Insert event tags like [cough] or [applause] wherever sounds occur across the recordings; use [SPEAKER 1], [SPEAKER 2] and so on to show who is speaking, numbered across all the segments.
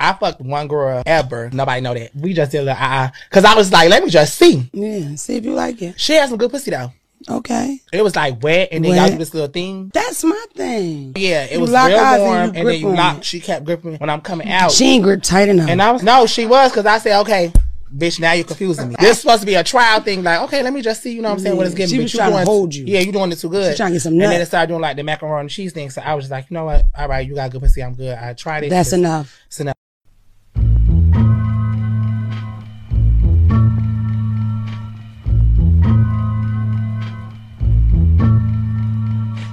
[SPEAKER 1] I fucked one girl ever. Nobody know that. We just did a little uh-uh. Cause I was like, let me just see.
[SPEAKER 2] Yeah, see if you like it.
[SPEAKER 1] She had some good pussy though.
[SPEAKER 2] Okay,
[SPEAKER 1] It was like wet and then
[SPEAKER 2] Wet.
[SPEAKER 1] y'all do this little thing.
[SPEAKER 2] that's my thing.
[SPEAKER 1] Yeah, it
[SPEAKER 2] You
[SPEAKER 1] was
[SPEAKER 2] lock
[SPEAKER 1] real
[SPEAKER 2] eyes and
[SPEAKER 1] warm
[SPEAKER 2] you
[SPEAKER 1] and,
[SPEAKER 2] grip
[SPEAKER 1] then you
[SPEAKER 2] on
[SPEAKER 1] locked.
[SPEAKER 2] it.
[SPEAKER 1] She kept gripping when I'm coming out.
[SPEAKER 2] She ain't grip tight enough.
[SPEAKER 1] And I was no, she was because I said, okay, bitch, now you're confusing
[SPEAKER 2] [laughs]
[SPEAKER 1] me. This is supposed to be a trial thing, like, okay, let me just see, you know what I'm saying? What it's getting.
[SPEAKER 2] She
[SPEAKER 1] bitch,
[SPEAKER 2] was
[SPEAKER 1] you
[SPEAKER 2] trying to
[SPEAKER 1] doing-
[SPEAKER 2] hold you.
[SPEAKER 1] Yeah, you doing it too good.
[SPEAKER 2] She trying to get some
[SPEAKER 1] And then
[SPEAKER 2] nut.
[SPEAKER 1] it started doing like the macaroni and cheese thing. So I was just like, you know what? All right, you got good pussy. I'm good. I tried it.
[SPEAKER 2] that's
[SPEAKER 1] It's-
[SPEAKER 2] enough.
[SPEAKER 1] It's enough.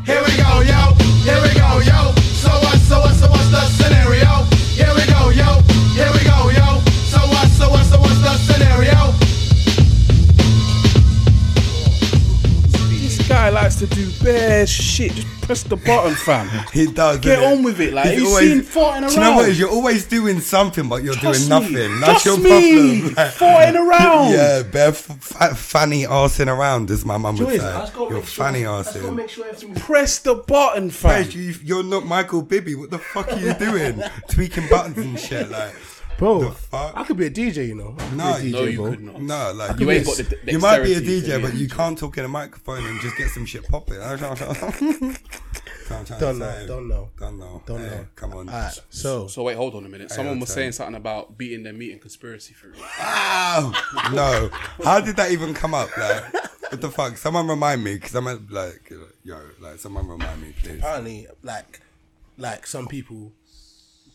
[SPEAKER 3] Here we go, yo. Here we go, yo. So what? So what? So what's the scenario? Here we go, yo. Here we go, yo. So what? So what? So what's the scenario?
[SPEAKER 4] This guy likes to do bare shit. Just press the button, fam.
[SPEAKER 5] He does.
[SPEAKER 4] Get
[SPEAKER 5] innit?
[SPEAKER 4] on with it, like,
[SPEAKER 5] He's
[SPEAKER 4] you
[SPEAKER 5] always-
[SPEAKER 4] seen farting
[SPEAKER 5] Do you know what?
[SPEAKER 4] around.
[SPEAKER 5] is? You're always doing something, but you're
[SPEAKER 4] Trust
[SPEAKER 5] doing
[SPEAKER 4] Me.
[SPEAKER 5] nothing. That's
[SPEAKER 4] Trust
[SPEAKER 5] your
[SPEAKER 4] me.
[SPEAKER 5] problem. [laughs] Like,
[SPEAKER 4] Farting around.
[SPEAKER 5] Yeah, bare f- f- fanny arsing around, as my mum would
[SPEAKER 4] Joyce,
[SPEAKER 5] say. You're fanny arsing.
[SPEAKER 4] Press the button, fam.
[SPEAKER 5] Guys, you, you're not Michael Bibby. What the fuck are you
[SPEAKER 4] [laughs]
[SPEAKER 5] doing? Tweaking buttons and shit, like.
[SPEAKER 6] Bro,
[SPEAKER 5] The fuck?
[SPEAKER 6] I could be a DJ, you know. I could
[SPEAKER 5] No,
[SPEAKER 6] be a DJ,
[SPEAKER 4] No, you
[SPEAKER 6] bro.
[SPEAKER 4] could not.
[SPEAKER 5] No, like
[SPEAKER 4] You
[SPEAKER 5] you,
[SPEAKER 4] ain't got the d-
[SPEAKER 5] you might be a
[SPEAKER 4] dexterity to
[SPEAKER 5] DJ,
[SPEAKER 4] be
[SPEAKER 5] but
[SPEAKER 4] a
[SPEAKER 5] you
[SPEAKER 4] DJ.
[SPEAKER 5] can't talk in a microphone and just get some shit popping. [laughs] That's what I'm trying- So I'm trying to
[SPEAKER 6] Don't know,
[SPEAKER 5] say.
[SPEAKER 6] don't know.
[SPEAKER 5] don't know,
[SPEAKER 6] Don't
[SPEAKER 5] Hey,
[SPEAKER 6] know.
[SPEAKER 5] Come on.
[SPEAKER 6] Alright, so
[SPEAKER 4] So wait, hold on a minute. Someone
[SPEAKER 5] on,
[SPEAKER 4] was
[SPEAKER 5] Sam.
[SPEAKER 4] saying something about beating their meat and conspiracy
[SPEAKER 5] [laughs]
[SPEAKER 4] theory.
[SPEAKER 5] Ow! no, how did that even come up? Like, what the fuck? Someone remind me, because I'm at, like, yo, like, someone remind me, please.
[SPEAKER 4] Uh,
[SPEAKER 6] apparently, like, like some people,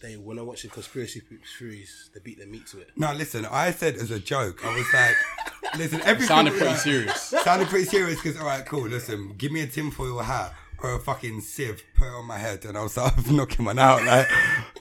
[SPEAKER 6] they when I watch the conspiracy theories, they beat their meat to it.
[SPEAKER 5] No, listen, I said as a joke. I was like, listen, everything
[SPEAKER 4] Sounded pretty serious.
[SPEAKER 5] Sounded pretty serious because, all right, cool. Listen, give me a tinfoil hat or a fucking sieve, put it on my head, and I'll start [laughs] knocking one out. Like,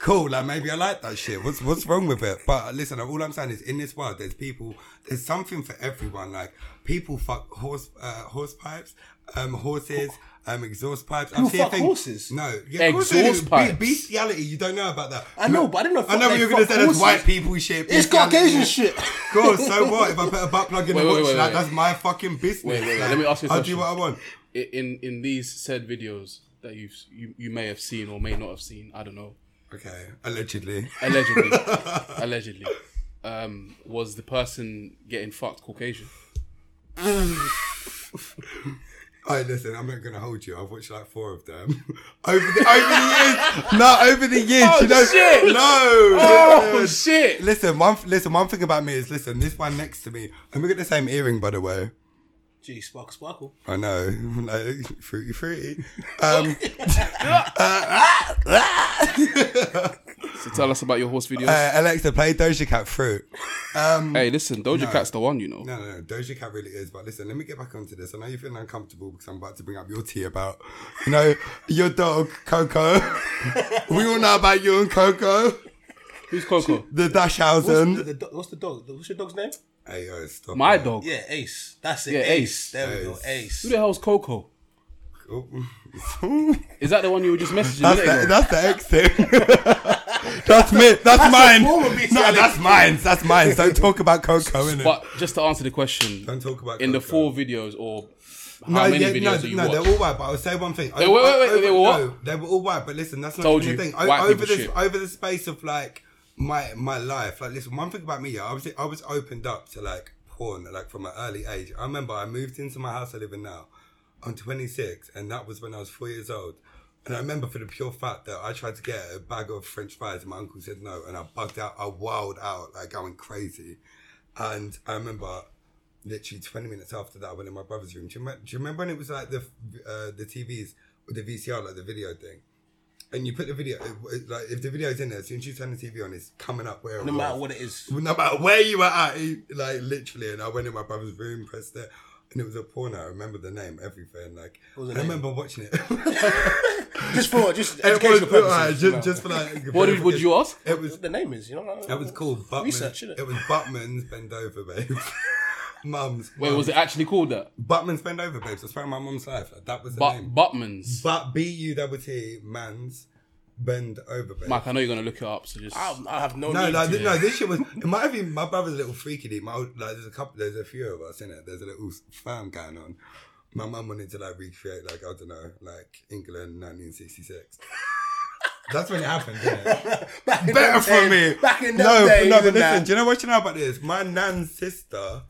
[SPEAKER 5] cool. Like, maybe I like that shit. What's what's wrong with it? But listen, all I'm saying is, in this world, there's people. There's something for everyone. Like, people fuck horse uh, horse pipes, um, horses. Um, exhaust pipes. I've
[SPEAKER 6] People
[SPEAKER 5] seen
[SPEAKER 6] fuck
[SPEAKER 5] things-
[SPEAKER 6] horses?
[SPEAKER 5] No, yeah, of course they
[SPEAKER 4] Exhaust
[SPEAKER 5] do. Be-
[SPEAKER 4] pipes.
[SPEAKER 5] Bestiality. You don't know about that.
[SPEAKER 6] I know, but I didn't know
[SPEAKER 5] I
[SPEAKER 6] fuck
[SPEAKER 5] know what
[SPEAKER 6] they
[SPEAKER 5] you're gonna
[SPEAKER 6] fuck
[SPEAKER 5] say. That's
[SPEAKER 6] horses.
[SPEAKER 5] white people shit.
[SPEAKER 6] It's
[SPEAKER 5] bestiality.
[SPEAKER 6] Caucasian shit.
[SPEAKER 5] God, so what? If I put a butt plug in
[SPEAKER 4] Wait,
[SPEAKER 5] the
[SPEAKER 4] wait,
[SPEAKER 5] watch,
[SPEAKER 4] wait,
[SPEAKER 5] like,
[SPEAKER 4] wait.
[SPEAKER 5] that's my fucking business.
[SPEAKER 4] Wait, wait, wait,
[SPEAKER 5] like,
[SPEAKER 4] let me ask you a
[SPEAKER 5] I'll
[SPEAKER 4] question.
[SPEAKER 5] do what I want.
[SPEAKER 4] I- In in these said videos that you've you, you may have seen or may not have seen, I don't know.
[SPEAKER 5] Okay, allegedly.
[SPEAKER 4] Allegedly,
[SPEAKER 3] [laughs]
[SPEAKER 4] allegedly, um, was the person getting fucked Caucasian?
[SPEAKER 5] Hey, listen, I'm not gonna hold you. I've watched like four of them [laughs] over the over the years. No, over the years.
[SPEAKER 4] Oh,
[SPEAKER 5] you know,
[SPEAKER 4] shit.
[SPEAKER 5] No.
[SPEAKER 4] Oh
[SPEAKER 5] listen.
[SPEAKER 4] shit!
[SPEAKER 5] Listen, one listen. One thing about me is listen. This one next to me, and we got the same earring, by the way.
[SPEAKER 6] Gee, sparkle, sparkle.
[SPEAKER 5] I know, [laughs] like fruity, fruity. Um,
[SPEAKER 4] So tell us about your horse videos.
[SPEAKER 5] uh, Alexa, play Doja Cat fruit.
[SPEAKER 4] hey, listen, Doja Cat's the one, you know.
[SPEAKER 5] Um, No, no, no. Doja Cat really is. But listen, let me get back onto this. I know you're feeling uncomfortable because I'm about to bring up your tea about, you know, your dog, Coco. we all know about you and Coco,
[SPEAKER 4] Who's Coco?
[SPEAKER 3] Um,
[SPEAKER 6] What's, the,
[SPEAKER 5] the Dashhausen.
[SPEAKER 6] the, do- what's the dog? What's your dog's name?
[SPEAKER 5] Hey, yo, stop.
[SPEAKER 4] My
[SPEAKER 5] it.
[SPEAKER 4] dog.
[SPEAKER 6] Yeah, Ace. That's it.
[SPEAKER 4] Yeah,
[SPEAKER 6] Ace.
[SPEAKER 4] Ace.
[SPEAKER 6] There we go.
[SPEAKER 5] Ace.
[SPEAKER 4] Who
[SPEAKER 6] Ace.
[SPEAKER 4] the hell's Coco? [laughs]
[SPEAKER 5] Oh.
[SPEAKER 4] Is that the one you were just messaging? a
[SPEAKER 5] that's,
[SPEAKER 4] minute
[SPEAKER 5] the,
[SPEAKER 4] ago?
[SPEAKER 5] that's the ex thing. [laughs] that's me. That's, mine.
[SPEAKER 6] form
[SPEAKER 5] No,
[SPEAKER 6] of bestiality.
[SPEAKER 5] that's mine. That's mine. Don't talk about Coco, innit?
[SPEAKER 4] But just to answer the question,
[SPEAKER 5] Don't talk about
[SPEAKER 4] in the
[SPEAKER 5] Coco.
[SPEAKER 4] four videos or how many videos
[SPEAKER 5] no,
[SPEAKER 4] do you
[SPEAKER 5] no,
[SPEAKER 4] watch?
[SPEAKER 5] they're all white. But I'll say one thing.
[SPEAKER 4] They- wait, wait, wait, they were what?
[SPEAKER 5] No, they were all white. But listen, that's not
[SPEAKER 4] Told
[SPEAKER 5] the
[SPEAKER 4] you,
[SPEAKER 5] thing.
[SPEAKER 4] white
[SPEAKER 5] over
[SPEAKER 4] people
[SPEAKER 5] this,
[SPEAKER 4] shit.
[SPEAKER 5] over the space of like my my life. Like, listen, one thing about me, yeah, I was I was opened up to like porn, like from an early age. I remember I moved into my house I live in now. I'm 26, and that was when I was four years old. And I remember for the pure fact that I tried to get a bag of French fries, and my uncle said no, and I bugged out. I wilded out, like going crazy. And I remember literally 20 minutes after that, I went in my brother's room. Do you, remember, do you remember when it was like the uh, the TVs with the VCR, like the video thing? And you put the video, it- it- like if the video's in there, as soon as you turn the TV on, it's coming up where it
[SPEAKER 6] No
[SPEAKER 5] was.
[SPEAKER 6] matter what it is.
[SPEAKER 5] No matter where you were at, it- like literally. And I went in my brother's room, pressed it, and it was a porno. I remember the name, everything. Like,
[SPEAKER 6] was the
[SPEAKER 5] I
[SPEAKER 6] name?
[SPEAKER 5] remember watching it. [laughs]
[SPEAKER 6] Just for just
[SPEAKER 5] It
[SPEAKER 6] educational
[SPEAKER 5] was-
[SPEAKER 6] purposes.
[SPEAKER 5] alright,
[SPEAKER 6] you
[SPEAKER 5] just,
[SPEAKER 6] know.
[SPEAKER 5] just for like.
[SPEAKER 4] What did- would you ask?
[SPEAKER 5] It was
[SPEAKER 6] What the name is, you know.
[SPEAKER 5] that was called Buttman.
[SPEAKER 6] Research, innit?
[SPEAKER 5] it was Buttman's Bend Over Babes. [laughs] Mum's.
[SPEAKER 4] Wait, was it actually called that?
[SPEAKER 5] Buttman's Bend Over Babes? I swear on my mum's life. Like, that was the
[SPEAKER 4] But
[SPEAKER 5] name.
[SPEAKER 4] Buttman's.
[SPEAKER 5] But B U double T Man's Bend Over Babes.
[SPEAKER 4] Mike, I know you're gonna look it up, so just
[SPEAKER 6] I, I have no.
[SPEAKER 5] no,
[SPEAKER 6] need
[SPEAKER 5] like,
[SPEAKER 6] to.
[SPEAKER 5] thi- no, this shit was. It might have been my brother's a little freaky. dude. My old- like, there's a couple, there's a few of us in it. There's a little firm going on. My mum wanted to like recreate, like I don't know, like England 1966. [laughs] That's when it happened. Didn't it?
[SPEAKER 6] [laughs] Back in
[SPEAKER 5] Better
[SPEAKER 6] them
[SPEAKER 5] for me.
[SPEAKER 6] days- Back in
[SPEAKER 5] no,
[SPEAKER 6] those
[SPEAKER 5] but
[SPEAKER 6] days.
[SPEAKER 5] no,
[SPEAKER 6] and
[SPEAKER 5] but listen.
[SPEAKER 6] that.
[SPEAKER 5] Do you know what you know about this? My nan's sister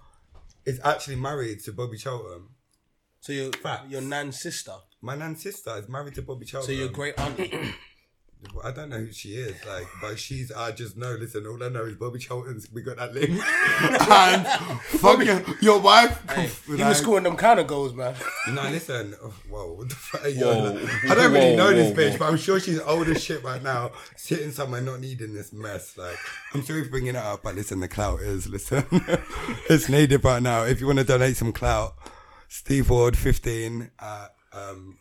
[SPEAKER 5] is actually married to Bobby Cheltenham.
[SPEAKER 6] So your
[SPEAKER 5] Facts.
[SPEAKER 6] your nan's sister.
[SPEAKER 5] My nan's sister is married to Bobby
[SPEAKER 6] So
[SPEAKER 5] Cheltenham.
[SPEAKER 6] your great
[SPEAKER 5] [laughs]
[SPEAKER 6] auntie.
[SPEAKER 5] I don't know who she is, like, but she's. I just know. Listen, all I know is Bobby Charlton's. We got
[SPEAKER 6] [laughs]
[SPEAKER 5] that link. [laughs] and fuck your, your wife.
[SPEAKER 6] hey,
[SPEAKER 5] like,
[SPEAKER 6] he was scoring them counter goals, man. [laughs]
[SPEAKER 5] No, listen. oh, Whoa, what the [laughs] fuck? yo,
[SPEAKER 4] Whoa.
[SPEAKER 5] I don't really
[SPEAKER 4] Whoa,
[SPEAKER 5] know this
[SPEAKER 4] whoa,
[SPEAKER 5] bitch,
[SPEAKER 4] whoa.
[SPEAKER 5] but I'm sure she's old as shit right now, sitting somewhere not needing this mess. Like, I'm sorry for bringing it up, but listen, the clout is listen. [laughs] it's needed right now. If you want to donate some clout, Steve Ward fifteen at um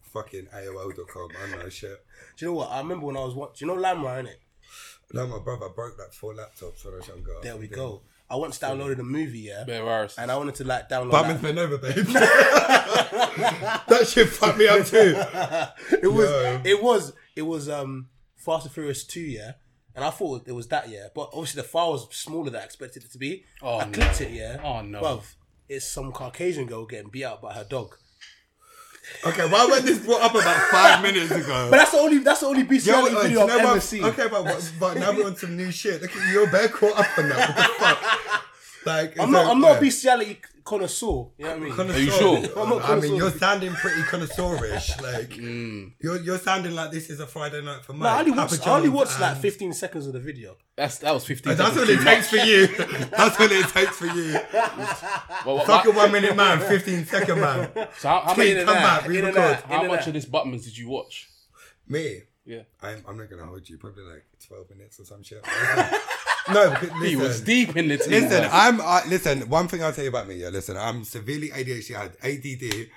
[SPEAKER 5] fucking AOL.com. I don't know shit.
[SPEAKER 6] Do you know what? I remember when I was watching. You know Lamra, innit?
[SPEAKER 5] Like my brother broke like four laptops when I was younger.
[SPEAKER 6] There we go. I once downloaded a movie, yeah,
[SPEAKER 4] Bear virus.
[SPEAKER 6] and I wanted to like download.
[SPEAKER 5] Batman's
[SPEAKER 6] that.
[SPEAKER 5] been over, babe. [laughs] that shit fucked me up too.
[SPEAKER 6] It was,
[SPEAKER 5] Yo.
[SPEAKER 6] it was, it was um Fast and Furious two, yeah, and I thought it was that, yeah, but obviously the file was smaller than I expected it to be.
[SPEAKER 4] Oh,
[SPEAKER 6] I clicked
[SPEAKER 4] no.
[SPEAKER 6] it, yeah.
[SPEAKER 4] Oh, no.
[SPEAKER 6] Bruv, it's some Caucasian girl getting beat out by her dog.
[SPEAKER 5] Okay, why was this brought up about five minutes ago?
[SPEAKER 6] But that's the only, that's the only bestiality
[SPEAKER 5] uh,
[SPEAKER 6] video I've
[SPEAKER 5] do you know
[SPEAKER 6] ever
[SPEAKER 5] what?
[SPEAKER 6] seen.
[SPEAKER 5] Okay, but, what- but now we're on some new shit. Look at you, you're bare caught up on that. What the fuck? Like,
[SPEAKER 6] I'm
[SPEAKER 5] it's
[SPEAKER 6] not,
[SPEAKER 5] like,
[SPEAKER 6] I'm not
[SPEAKER 5] yeah.
[SPEAKER 6] a bestiality connoisseur. You know what I mean?
[SPEAKER 5] Connoisseur.
[SPEAKER 4] Are you sure?
[SPEAKER 6] I'm not
[SPEAKER 5] I mean,
[SPEAKER 6] connoisseur.
[SPEAKER 5] you're sounding pretty connoisseurish. Like,
[SPEAKER 6] Mm.
[SPEAKER 5] you're you're sounding like this is a Friday night for me.
[SPEAKER 6] I only watched, I only watched like 15 seconds of the video.
[SPEAKER 4] That's that was fifteen.
[SPEAKER 5] That's
[SPEAKER 4] seconds
[SPEAKER 5] what it
[SPEAKER 4] too
[SPEAKER 5] takes
[SPEAKER 4] much.
[SPEAKER 5] for you. [laughs] That's what it takes for you.
[SPEAKER 4] Well, what-
[SPEAKER 5] Fuck a
[SPEAKER 4] what-
[SPEAKER 5] one minute man, 15
[SPEAKER 6] [laughs]
[SPEAKER 5] second man.
[SPEAKER 4] so how, how,
[SPEAKER 5] Please
[SPEAKER 4] many,
[SPEAKER 5] come
[SPEAKER 6] out,
[SPEAKER 5] back, re
[SPEAKER 6] in and
[SPEAKER 5] record.
[SPEAKER 6] out.
[SPEAKER 4] how much
[SPEAKER 6] that.
[SPEAKER 4] of this Buttman's did you watch?
[SPEAKER 5] Me,
[SPEAKER 4] Yeah,
[SPEAKER 5] I'm, I'm not going to hold you, probably like 12 minutes or some shit. [laughs] no, because listen,
[SPEAKER 4] he was deep in the team.
[SPEAKER 5] Listen,
[SPEAKER 4] man.
[SPEAKER 5] I'm uh, listen. One thing I'll tell you about me, yeah. Listen, I'm severely ADHD. I had ADD.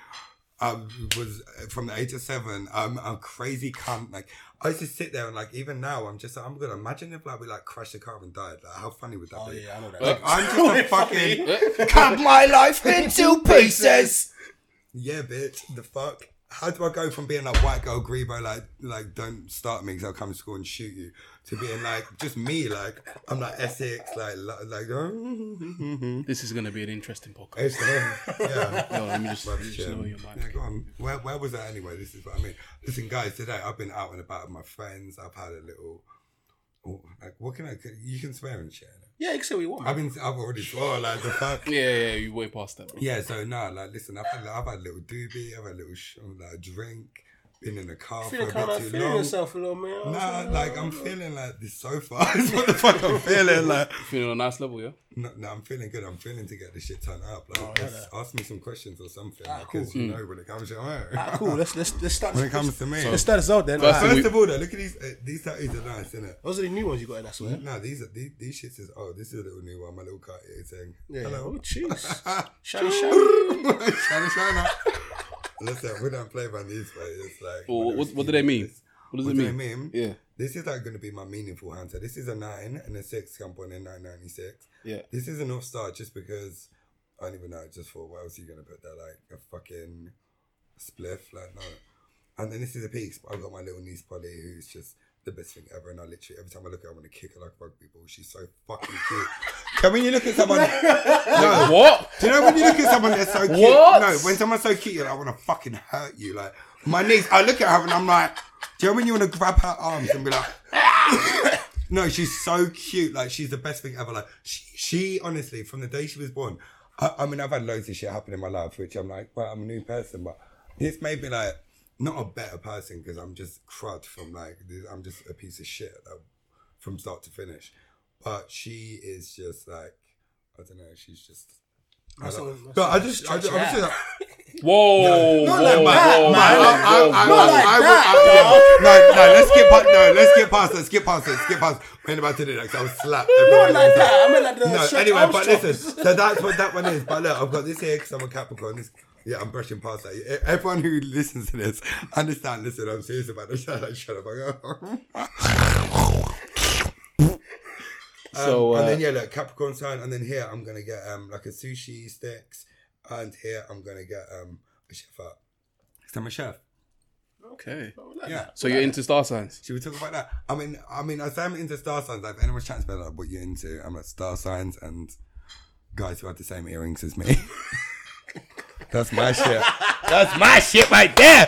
[SPEAKER 5] Um, was uh, from the age of seven. I'm a crazy cunt. Like I used to sit there and like even now I'm just like, I'm gonna imagine if like we like crashed a car and died. Like how funny would that
[SPEAKER 6] Oh,
[SPEAKER 5] be?
[SPEAKER 6] yeah, I know that.
[SPEAKER 5] Like
[SPEAKER 6] [laughs]
[SPEAKER 5] I'm just a fucking
[SPEAKER 2] Cut my life into pieces.
[SPEAKER 5] yeah, bitch. The fuck. How do I go from being like white girl grebo, like like don't start me because I'll come to school and shoot you, to being like just me, like I'm like Essex, like like, like [laughs]
[SPEAKER 4] This is gonna be an interesting podcast.
[SPEAKER 5] it's him. Yeah.
[SPEAKER 4] No, let me just, let me just
[SPEAKER 5] Yeah.
[SPEAKER 4] lower your
[SPEAKER 5] Yeah,
[SPEAKER 4] mic.
[SPEAKER 5] go on. um, Where, where was I anyway? This is what I mean. Listen, guys, today I've been out and about with my friends. I've had a little. oh, Like, what can I? You can swear and shit.
[SPEAKER 6] Yeah, you can say what you want.
[SPEAKER 5] I've been. I've already swore. Like
[SPEAKER 4] [laughs]
[SPEAKER 5] the fuck.
[SPEAKER 4] Yeah, yeah, yeah, you way past that. Bro.
[SPEAKER 5] Yeah. So no. Like, listen. I've had, I've had a little doobie. I've had a little sh- like drink. Been in the car
[SPEAKER 6] Feeling
[SPEAKER 5] for
[SPEAKER 6] kind
[SPEAKER 5] a bit
[SPEAKER 6] of
[SPEAKER 5] too
[SPEAKER 6] feeling
[SPEAKER 5] long.
[SPEAKER 6] yourself a little, man.
[SPEAKER 5] Nah, like I'm feeling like this so [laughs] far. That's what the fuck I'm feeling like.
[SPEAKER 4] Feeling on a nice level, yeah.
[SPEAKER 5] No, no, I'm feeling good. I'm feeling to get this shit turned up. Like, ask, ask me some questions or something because you know when it comes to [laughs]
[SPEAKER 6] Ah, cool. Let's let's let's start.
[SPEAKER 5] when it comes to me.
[SPEAKER 6] let's start us out then.
[SPEAKER 4] First
[SPEAKER 6] Alright.
[SPEAKER 5] First
[SPEAKER 4] we-
[SPEAKER 5] of all, though, look at these. Uh, these tattoos are nice, innit?
[SPEAKER 6] Those are the new ones you got in. I swear.
[SPEAKER 5] No, these are these, these shits is oh, this is a little new one, my little Cartier thing.
[SPEAKER 6] Yeah.
[SPEAKER 5] Hello, [laughs]
[SPEAKER 6] Oh, jeez. Shiny, shiny.
[SPEAKER 5] Shana [laughs] Shana. Listen, we don't play by these, but it's like.
[SPEAKER 4] Well, what, what, what do they mean? What does
[SPEAKER 5] What
[SPEAKER 4] it
[SPEAKER 5] do they
[SPEAKER 4] mean?
[SPEAKER 5] mean?
[SPEAKER 4] Yeah.
[SPEAKER 5] This is like going to be my meaningful hunter. This is a nine and a six combo in nine ninety six.
[SPEAKER 4] Yeah.
[SPEAKER 5] This is an off start just because I don't even know. I Just for what else are you gonna put there? Like a fucking spliff, like no. And then this is a piece. I've got my little niece Polly, who's just the best thing ever. And I literally every time I look at her, I want to kick her like a rugby ball. She's so fucking
[SPEAKER 4] [laughs]
[SPEAKER 5] cute. Can when you look at someone? no.
[SPEAKER 4] What?
[SPEAKER 5] Do you know when you look at someone that's so cute?
[SPEAKER 4] What?
[SPEAKER 5] No, when someone's so cute, you're like, I want to fucking hurt you. Like my niece, I look at her and I'm like, do you know when you want to grab her arms and be like, [coughs] no, she's so cute. Like she's the best thing ever. Like she, she honestly, from the day she was born, I, I mean, I've had loads of shit happen in my life, which I'm like, well, I'm a new person, but this made me like not a better person because I'm just crud from like this- I'm just a piece of shit like, from start to finish. But she is just like I don't know. She's just. I
[SPEAKER 6] That's
[SPEAKER 5] don't-
[SPEAKER 6] all-
[SPEAKER 5] No, I just, I just, I was just like,
[SPEAKER 4] Whoa!
[SPEAKER 5] not
[SPEAKER 4] whoa,
[SPEAKER 5] like that,
[SPEAKER 4] whoa,
[SPEAKER 5] man. I-
[SPEAKER 4] whoa,
[SPEAKER 5] I- I-
[SPEAKER 4] whoa,
[SPEAKER 5] I- I- I- No, no, let's get past, no, let's get past that, skip past it, skip past. We're about to do that 'cause I was slapped.
[SPEAKER 6] Not like that. I meant like the
[SPEAKER 5] No,
[SPEAKER 6] stretch
[SPEAKER 5] anyway, but
[SPEAKER 6] Armstrong.
[SPEAKER 5] listen, so that's what that one is. But look, I've got this here because I'm a Capricorn. This, yeah, I'm brushing past that. E- Everyone who listens to this, understand, listen, I'm serious about this. [laughs] Shut up, shut up.
[SPEAKER 4] So,
[SPEAKER 5] Um, and
[SPEAKER 4] uh,
[SPEAKER 5] then, yeah, look, Capricorn sign. And then here, I'm going to get um like a sushi sticks. And here, I'm going to get um a chef up. 'Cause I'm a chef.
[SPEAKER 4] okay.
[SPEAKER 5] Yeah.
[SPEAKER 4] So you're into star signs?
[SPEAKER 5] Should we talk about that? I mean, I mean, I say I'm into star signs. Like, if anyone's chatting about like, what you're into, I'm like star signs and guys who have the same earrings as me. [laughs] That's my shit. That's my shit right there.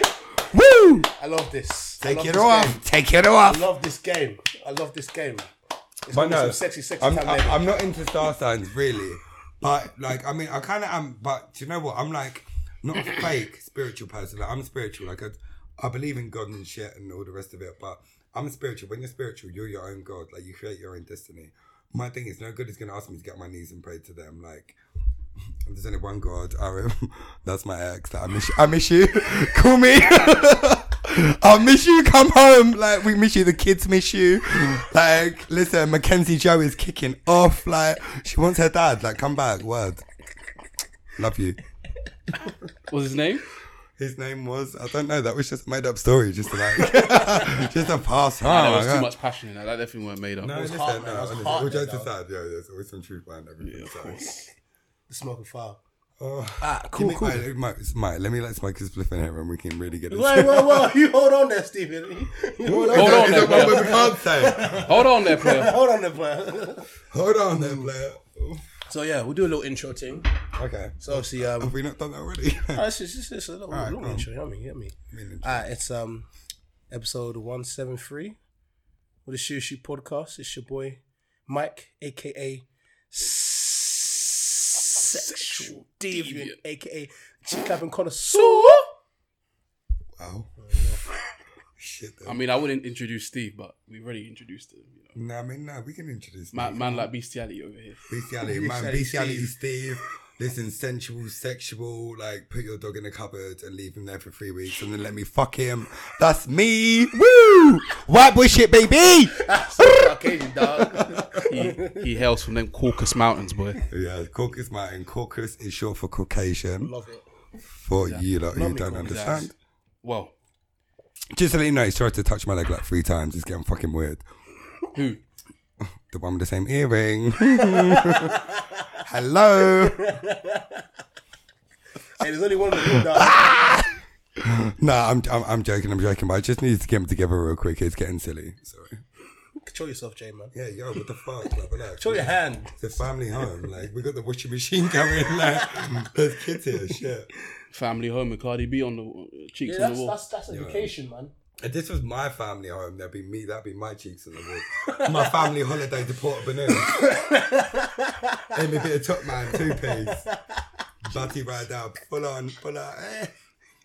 [SPEAKER 5] Woo!
[SPEAKER 6] I love this.
[SPEAKER 5] Take
[SPEAKER 6] love
[SPEAKER 5] it
[SPEAKER 6] this
[SPEAKER 5] off.
[SPEAKER 6] game.
[SPEAKER 5] Take it
[SPEAKER 6] I
[SPEAKER 5] off.
[SPEAKER 6] love this game. I love this game. It's
[SPEAKER 5] But
[SPEAKER 6] got
[SPEAKER 5] no,
[SPEAKER 6] some sexy, sexy
[SPEAKER 5] I'm,
[SPEAKER 6] time
[SPEAKER 5] I-
[SPEAKER 6] later.
[SPEAKER 5] I'm not into star signs really, but like I mean, I kind of am. But do you know what? I'm like not
[SPEAKER 6] [coughs]
[SPEAKER 5] a fake spiritual person. Like I'm spiritual. Like I, I believe in God and shit and all the rest of it. But I'm spiritual. When you're spiritual, you're your own God. Like you create your own destiny. My thing is, no good is gonna ask me to get on my knees and pray to them. Like. [laughs] There's only one God, Aram. [laughs] That's my ex. Like, I miss you. I miss you. [laughs] Call me. I Oh, miss you. Come home. Like we miss you. The kids miss you. Like listen, Mackenzie Joe is kicking off. Like she wants her dad. Like come back. Word. Love you.
[SPEAKER 4] What's his name?
[SPEAKER 5] His name was I don't know. That was just a made up story. Just to like [laughs] just
[SPEAKER 4] [laughs]
[SPEAKER 5] a pass. Oh,
[SPEAKER 4] There
[SPEAKER 5] my
[SPEAKER 4] was
[SPEAKER 5] God.
[SPEAKER 4] too much passion in that. That definitely weren't made up.
[SPEAKER 5] No, listen,
[SPEAKER 6] heart, man. It
[SPEAKER 5] no,
[SPEAKER 6] was
[SPEAKER 5] listen,
[SPEAKER 6] heart
[SPEAKER 5] all
[SPEAKER 6] there,
[SPEAKER 5] jokes aside, yeah, there's always some truth behind everything. so.
[SPEAKER 6] The smoke and fire.
[SPEAKER 5] Oh.
[SPEAKER 6] Ah,
[SPEAKER 5] Give
[SPEAKER 6] cool,
[SPEAKER 5] me-
[SPEAKER 6] cool.
[SPEAKER 5] Mate, let- mate, mate, let me let Smokey Spliff in here and we can really get this.
[SPEAKER 6] Whoa,
[SPEAKER 5] [laughs]
[SPEAKER 6] whoa, whoa. You hold on there, Stephen.
[SPEAKER 5] Hold
[SPEAKER 4] Hold
[SPEAKER 5] there,
[SPEAKER 4] on
[SPEAKER 5] is
[SPEAKER 4] there,
[SPEAKER 5] there one
[SPEAKER 4] player.
[SPEAKER 5] we can't say?
[SPEAKER 4] Hold on
[SPEAKER 6] [laughs]
[SPEAKER 4] there, player.
[SPEAKER 6] hold on there, player.
[SPEAKER 5] Hold
[SPEAKER 4] [laughs]
[SPEAKER 5] on there, player.
[SPEAKER 6] so, yeah, we'll do a little intro thing.
[SPEAKER 5] Okay.
[SPEAKER 6] So, obviously, um,
[SPEAKER 5] Have we not done that already? [laughs]
[SPEAKER 6] Oh, it's, it's, it's, it's a little, little
[SPEAKER 5] cool.
[SPEAKER 6] intro, you know what I mean? You get me? Alright, it's um episode one seven three with the Shoe Shoe Podcast. It's your boy Mike, aka Sexual Deviant, aka Chick Clapping Connoisseur.
[SPEAKER 5] wow. Oh. [laughs] Shit.
[SPEAKER 4] I
[SPEAKER 5] Though.
[SPEAKER 4] mean, I wouldn't introduce Steve, but we already introduced him. You know.
[SPEAKER 5] No, I mean, no, we can introduce
[SPEAKER 4] man,
[SPEAKER 5] Steve.
[SPEAKER 4] man like bestiality over here.
[SPEAKER 5] Bestiality, man. Bestiality, Steve. Listen, sensual, sexual, like put your dog in the cupboard and leave him there for three weeks and then let me fuck him. That's me. Woo! White boy shit, baby!
[SPEAKER 6] Caucasian dog.
[SPEAKER 4] He, he hails from them Caucasus Mountains, boy.
[SPEAKER 5] Yeah, Caucus Mountain. Caucus is short for Caucasian.
[SPEAKER 6] Love it.
[SPEAKER 5] For you lot who
[SPEAKER 6] me
[SPEAKER 5] don't
[SPEAKER 6] Caucus.
[SPEAKER 5] understand.
[SPEAKER 4] Well,
[SPEAKER 5] Just to let you know, he tried to touch my leg like three times. It's getting fucking weird.
[SPEAKER 4] who?
[SPEAKER 5] [laughs] The one with the same earring. [laughs] Hello.
[SPEAKER 6] Hey, there's only one of the dog.
[SPEAKER 5] No, I'm, I'm I'm joking. I'm joking. But I just needed to get them together real quick. It's getting silly. Sorry.
[SPEAKER 6] Control yourself, J man.
[SPEAKER 5] Yeah, yo, what the fuck? Like, relax.
[SPEAKER 6] Show your hand.
[SPEAKER 5] It's a family home. Like we got the washing machine [laughs] coming. Like there's kids here. Shit.
[SPEAKER 4] Family home and Cardi B on the uh, cheeks
[SPEAKER 6] Yeah,
[SPEAKER 4] on the
[SPEAKER 6] that's
[SPEAKER 4] wall.
[SPEAKER 6] that's that's education, man.
[SPEAKER 5] If this was my family home, that'd be me. That'd be my cheeks on the wall. My family holiday to Port
[SPEAKER 6] [laughs]
[SPEAKER 5] Banana. Amy bit of top man, two piece. Batty ride out, full on, full on. Eh.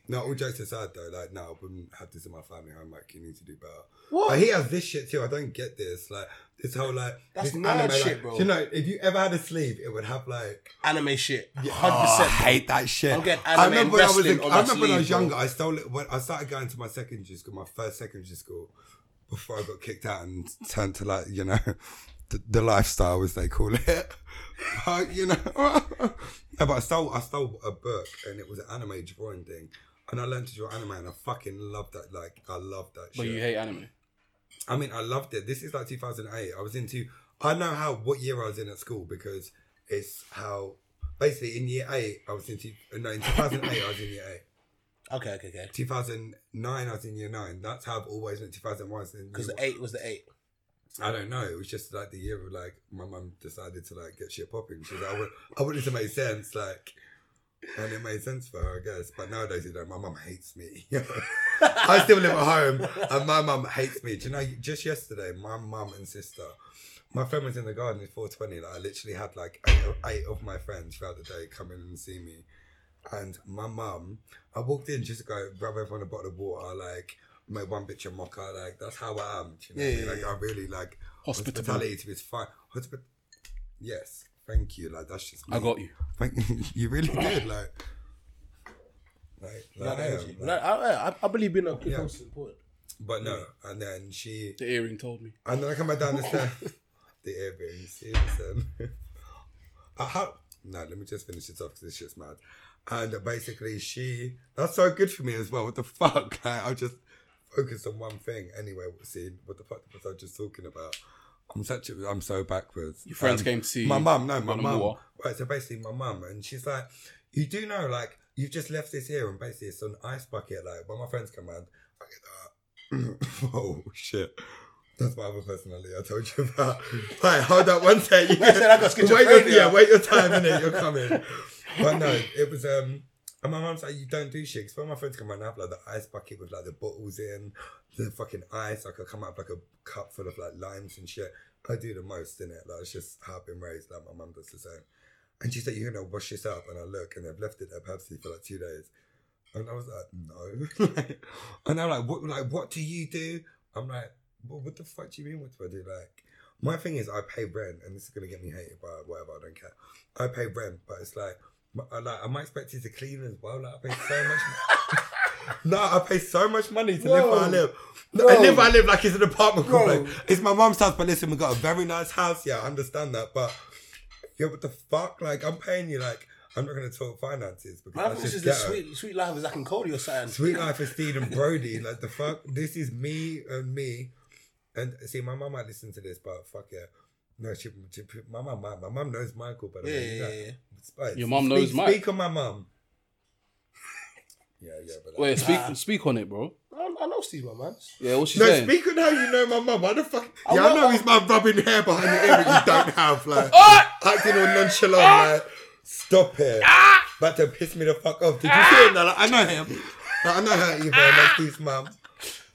[SPEAKER 5] No, all jokes aside though, like no, I wouldn't have this in my family home. Like you need to do better. What? But he has this shit too. I don't get this. Like this whole like
[SPEAKER 6] That's
[SPEAKER 5] this
[SPEAKER 6] mad
[SPEAKER 5] anime,
[SPEAKER 6] shit,
[SPEAKER 5] like,
[SPEAKER 6] bro.
[SPEAKER 5] do You know, if you ever had a sleeve, it would have like
[SPEAKER 6] Anime shit. Hundred
[SPEAKER 5] Oh, I
[SPEAKER 6] percent.
[SPEAKER 5] hate that shit.
[SPEAKER 6] I'm getting
[SPEAKER 5] I
[SPEAKER 6] anime
[SPEAKER 5] remember when I was,
[SPEAKER 6] wrestling on
[SPEAKER 5] I
[SPEAKER 6] my
[SPEAKER 5] remember when I was
[SPEAKER 6] sleeve, bro.
[SPEAKER 5] younger. I stole it when I started going to my secondary school, my first secondary school, before I got kicked out and turned to like you know [laughs] the, the lifestyle as they call it. [laughs] But, you know, [laughs] no, but I stole I stole a book and it was an anime drawing thing, and I learned to draw anime and I fucking loved that. Like I loved that.
[SPEAKER 4] But
[SPEAKER 5] shit.
[SPEAKER 4] you hate anime.
[SPEAKER 5] I mean, I loved it. This is like 2008. I was into. I know how what year I was in at school because it's how basically in year eight I was into. uh, No, in 2008 I was in year eight.
[SPEAKER 6] Okay, okay, okay.
[SPEAKER 5] 2009 I was in year nine. That's how I've always been. 2001.
[SPEAKER 6] Because the
[SPEAKER 5] Because
[SPEAKER 6] eight was the eight.
[SPEAKER 5] I don't know. It was just like the year of like my mum decided to like get shit popping. She's like, "Oh, I want, I want it to make sense. Like, and it made sense for her, I guess. But nowadays, you know, my mum hates me. [laughs] I still live at home, and my mum hates me. Do you know? Just yesterday, my mum and sister, my friend was in the garden at 4:20. Like, I literally had like eight, eight of my friends throughout the day come in and see me. And my mum, I walked in just to go grab everyone a bottle of water, like make one bitch a mocha, like that's how I am. Do you know? what I mean? like I really like
[SPEAKER 4] Hospitable.
[SPEAKER 5] hospitality to its fine. Hospit- yes, thank you. Like that's just. Me.
[SPEAKER 4] I got you.
[SPEAKER 5] Thank you. [laughs] Really did. Like, like, like, I am, like-
[SPEAKER 6] No, I, I, I believe being a good host is important.
[SPEAKER 5] but no. And then she,
[SPEAKER 4] The earring told me.
[SPEAKER 5] and then I come back down the stairs. [laughs] the earrings. Listen. um, [laughs] I ha- no, let me just finish this off because this shit's mad. And basically, she that's so good for me as well. What the [laughs] fuck? Like, I just focus on one thing anyway. See, what the fuck was I just talking about? I'm such a, I'm so backwards.
[SPEAKER 4] Your friends came to see
[SPEAKER 5] Um, my
[SPEAKER 4] you.
[SPEAKER 5] mum. No, my
[SPEAKER 4] Got them
[SPEAKER 5] mum.
[SPEAKER 4] all.
[SPEAKER 5] Right, so basically, my mum, and she's like, "You do know, like, you've just left this here, and basically, it's an ice bucket. Like, when my friends come around, I get that. [laughs] oh shit." That's my other personality I told you about. Right, hold up one sec. You
[SPEAKER 6] [laughs] I said I got
[SPEAKER 5] wait your,
[SPEAKER 6] schizophrenia.
[SPEAKER 5] yeah, wait your time and then you're coming. But no, it was um And my mum's like, you don't do shit. 'Cause when my friends come around, I have like the ice bucket with like the bottles in, the fucking ice. Like I come out with like a cup full of like limes and shit. I do the most in it. Like it's just how I've been raised. Like my mum does the same. And she said, you're gonna wash this up. And I look, and they've left it at Pepsi for like two days. And I was like, no. [laughs] and I'm like, what? Like, what do you do? I'm like, well, what the fuck do you mean? What do I do? Like, my thing is, I pay rent, and this is gonna get me hated by whatever. I don't care. I pay rent, but it's like, m- I- like, am I expected to clean as well? Like, I pay so much. [laughs] No, I pay so much money to live where I live. No, I live where I live like it's an apartment complex. It's my mum's house, but listen, we've got a very nice house. Yeah, I understand that, but yeah, what the fuck? Like, I'm paying you. Like, I'm not gonna talk finances because
[SPEAKER 6] I
[SPEAKER 5] that's
[SPEAKER 6] thought this
[SPEAKER 5] just
[SPEAKER 6] is the
[SPEAKER 5] ghetto.
[SPEAKER 6] sweet, sweet life of Zach and Cody or something.
[SPEAKER 5] Sweet Life of Steed and Brody. Like the fuck, this is me and me. And see, my mum might listen to this, but fuck yeah. No, she, she my mum, my, my mum knows Michael, but
[SPEAKER 6] Yeah, yeah, yeah, yeah.
[SPEAKER 4] Your mum knows Mike.
[SPEAKER 5] Speak on my mum. yeah, yeah, but
[SPEAKER 4] Wait, speak speak on it, bro.
[SPEAKER 6] I, I know Steve, my man.
[SPEAKER 4] Yeah, what's she
[SPEAKER 5] no,
[SPEAKER 4] saying?
[SPEAKER 5] speak on how you know my mum. Why the fuck? yeah, I know he's my rubbing hair behind the ear that you don't have,
[SPEAKER 4] [laughs]
[SPEAKER 5] like
[SPEAKER 4] Ah!
[SPEAKER 5] acting all nonchalant, like stop it.
[SPEAKER 4] Ah!
[SPEAKER 5] About to piss me the fuck off. Did you see him? Now? Like, I know him. Like, I know her either. Like, Steve's mum.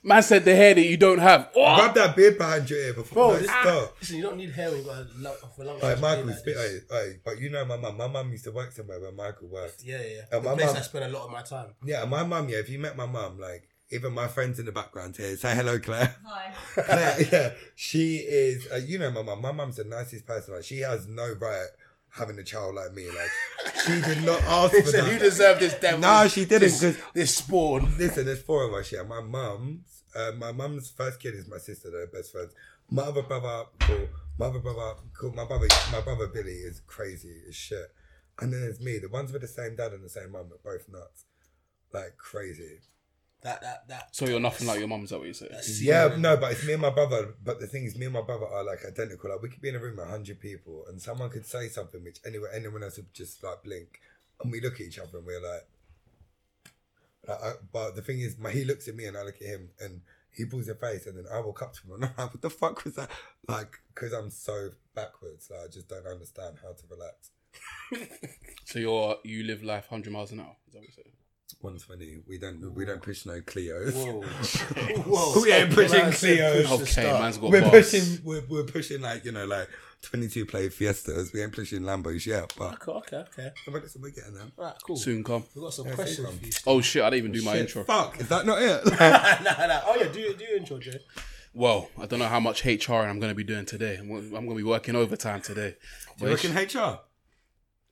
[SPEAKER 4] Man said the hair that you don't have. Oh!
[SPEAKER 5] Rub that beard behind your ear before
[SPEAKER 6] Bro,
[SPEAKER 5] Bro,
[SPEAKER 6] this-
[SPEAKER 5] stop.
[SPEAKER 6] Listen, you don't need hair when you got a lump of a lump
[SPEAKER 5] Like
[SPEAKER 6] of
[SPEAKER 5] Michael,
[SPEAKER 6] like
[SPEAKER 5] spit,
[SPEAKER 6] this.
[SPEAKER 5] hey, hey, but you know my mum. My mum used to work somewhere where Michael worked.
[SPEAKER 6] Yeah, yeah.
[SPEAKER 5] Uh,
[SPEAKER 6] the
[SPEAKER 5] my
[SPEAKER 6] place
[SPEAKER 5] mum-
[SPEAKER 6] I spend a lot of my time.
[SPEAKER 5] Yeah, and my mum. Yeah, if you met my mum, like even my friends in the background here, say hello, Claire.
[SPEAKER 7] Hi.
[SPEAKER 5] [laughs] Claire, yeah, she is. Uh, you know my mum. My mum's the nicest person. Like she has no right having a child like me. Like she did
[SPEAKER 6] [laughs]
[SPEAKER 5] not ask for
[SPEAKER 6] So you
[SPEAKER 5] that.
[SPEAKER 6] deserve this devil.
[SPEAKER 5] No, she didn't.
[SPEAKER 6] this,
[SPEAKER 5] 'cause
[SPEAKER 6] this spawn.
[SPEAKER 5] Listen, there's four of us here. My mum's, uh, my mum's first kid is my sister. They're best friends. My other brother, cool. My other brother, cool. My brother, my brother Billy is crazy as shit. And then there's me. The ones with the same dad and the same mum are both nuts, like crazy.
[SPEAKER 6] That that that.
[SPEAKER 4] So you're nothing like your mum, is that what you said?
[SPEAKER 5] Yeah, no, but it's me and my brother. But the thing is, me and my brother are like identical. Like we could be in a room with hundred people, and someone could say something which anyone anyone else would just like blink, and we look at each other and we're like, like, I, but the thing is, my, he looks at me and I look at him, and he pulls a face, and then I walk up to him and I'm like, "What the fuck was that?" Like, because I'm so backwards, like, I just don't understand how to relax.
[SPEAKER 4] So you're you live life hundred miles an hour, is that what you said?
[SPEAKER 5] One twenty. We don't we don't push no Cleos. [laughs]
[SPEAKER 6] Whoa.
[SPEAKER 5] We ain't pushing
[SPEAKER 6] When I said
[SPEAKER 5] Cleos.
[SPEAKER 6] push the
[SPEAKER 4] Okay,
[SPEAKER 6] start,
[SPEAKER 4] man's got
[SPEAKER 5] we're
[SPEAKER 4] bars.
[SPEAKER 5] pushing we're, we're pushing like you know like 22 play fiestas we ain't pushing lambos yet
[SPEAKER 4] [laughs]
[SPEAKER 5] but
[SPEAKER 6] Okay, okay, okay.
[SPEAKER 5] we're getting them
[SPEAKER 6] Right, cool.
[SPEAKER 4] Soon come.
[SPEAKER 6] We've got some questions for you.
[SPEAKER 4] Oh shit, I didn't even do my intro.
[SPEAKER 5] fuck is that
[SPEAKER 4] [laughs]
[SPEAKER 5] not [laughs]
[SPEAKER 6] [laughs]
[SPEAKER 5] it
[SPEAKER 6] nah, nah, nah. Oh yeah, do your- do your intro, Jay.
[SPEAKER 4] Well, I don't know how much HR I'm going to be doing today. I'm going to be working overtime today.
[SPEAKER 5] you're
[SPEAKER 4] But it's-
[SPEAKER 5] looking hr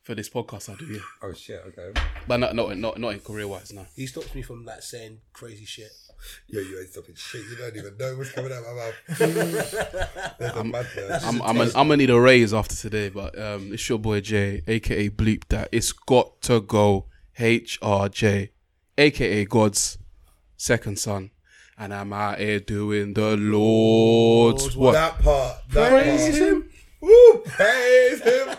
[SPEAKER 4] for this podcast, I do, yeah.
[SPEAKER 5] oh shit okay
[SPEAKER 4] But not, not, not, not in career wise, no.
[SPEAKER 6] He stops me from like saying crazy shit.
[SPEAKER 5] yo you ain't stopping shit you don't even know what's coming out of
[SPEAKER 4] [laughs]
[SPEAKER 5] my mouth there's a madness
[SPEAKER 4] I'm, I'm, I'm gonna need a raise after today, but um, it's your boy Jay, aka Bleep That. It's got to go. HRJ, aka God's second son, and I'm out here doing the Lord's work.
[SPEAKER 5] that part that
[SPEAKER 4] Praise
[SPEAKER 5] part.
[SPEAKER 4] him.
[SPEAKER 5] Woo,
[SPEAKER 4] [laughs]
[SPEAKER 5] praise him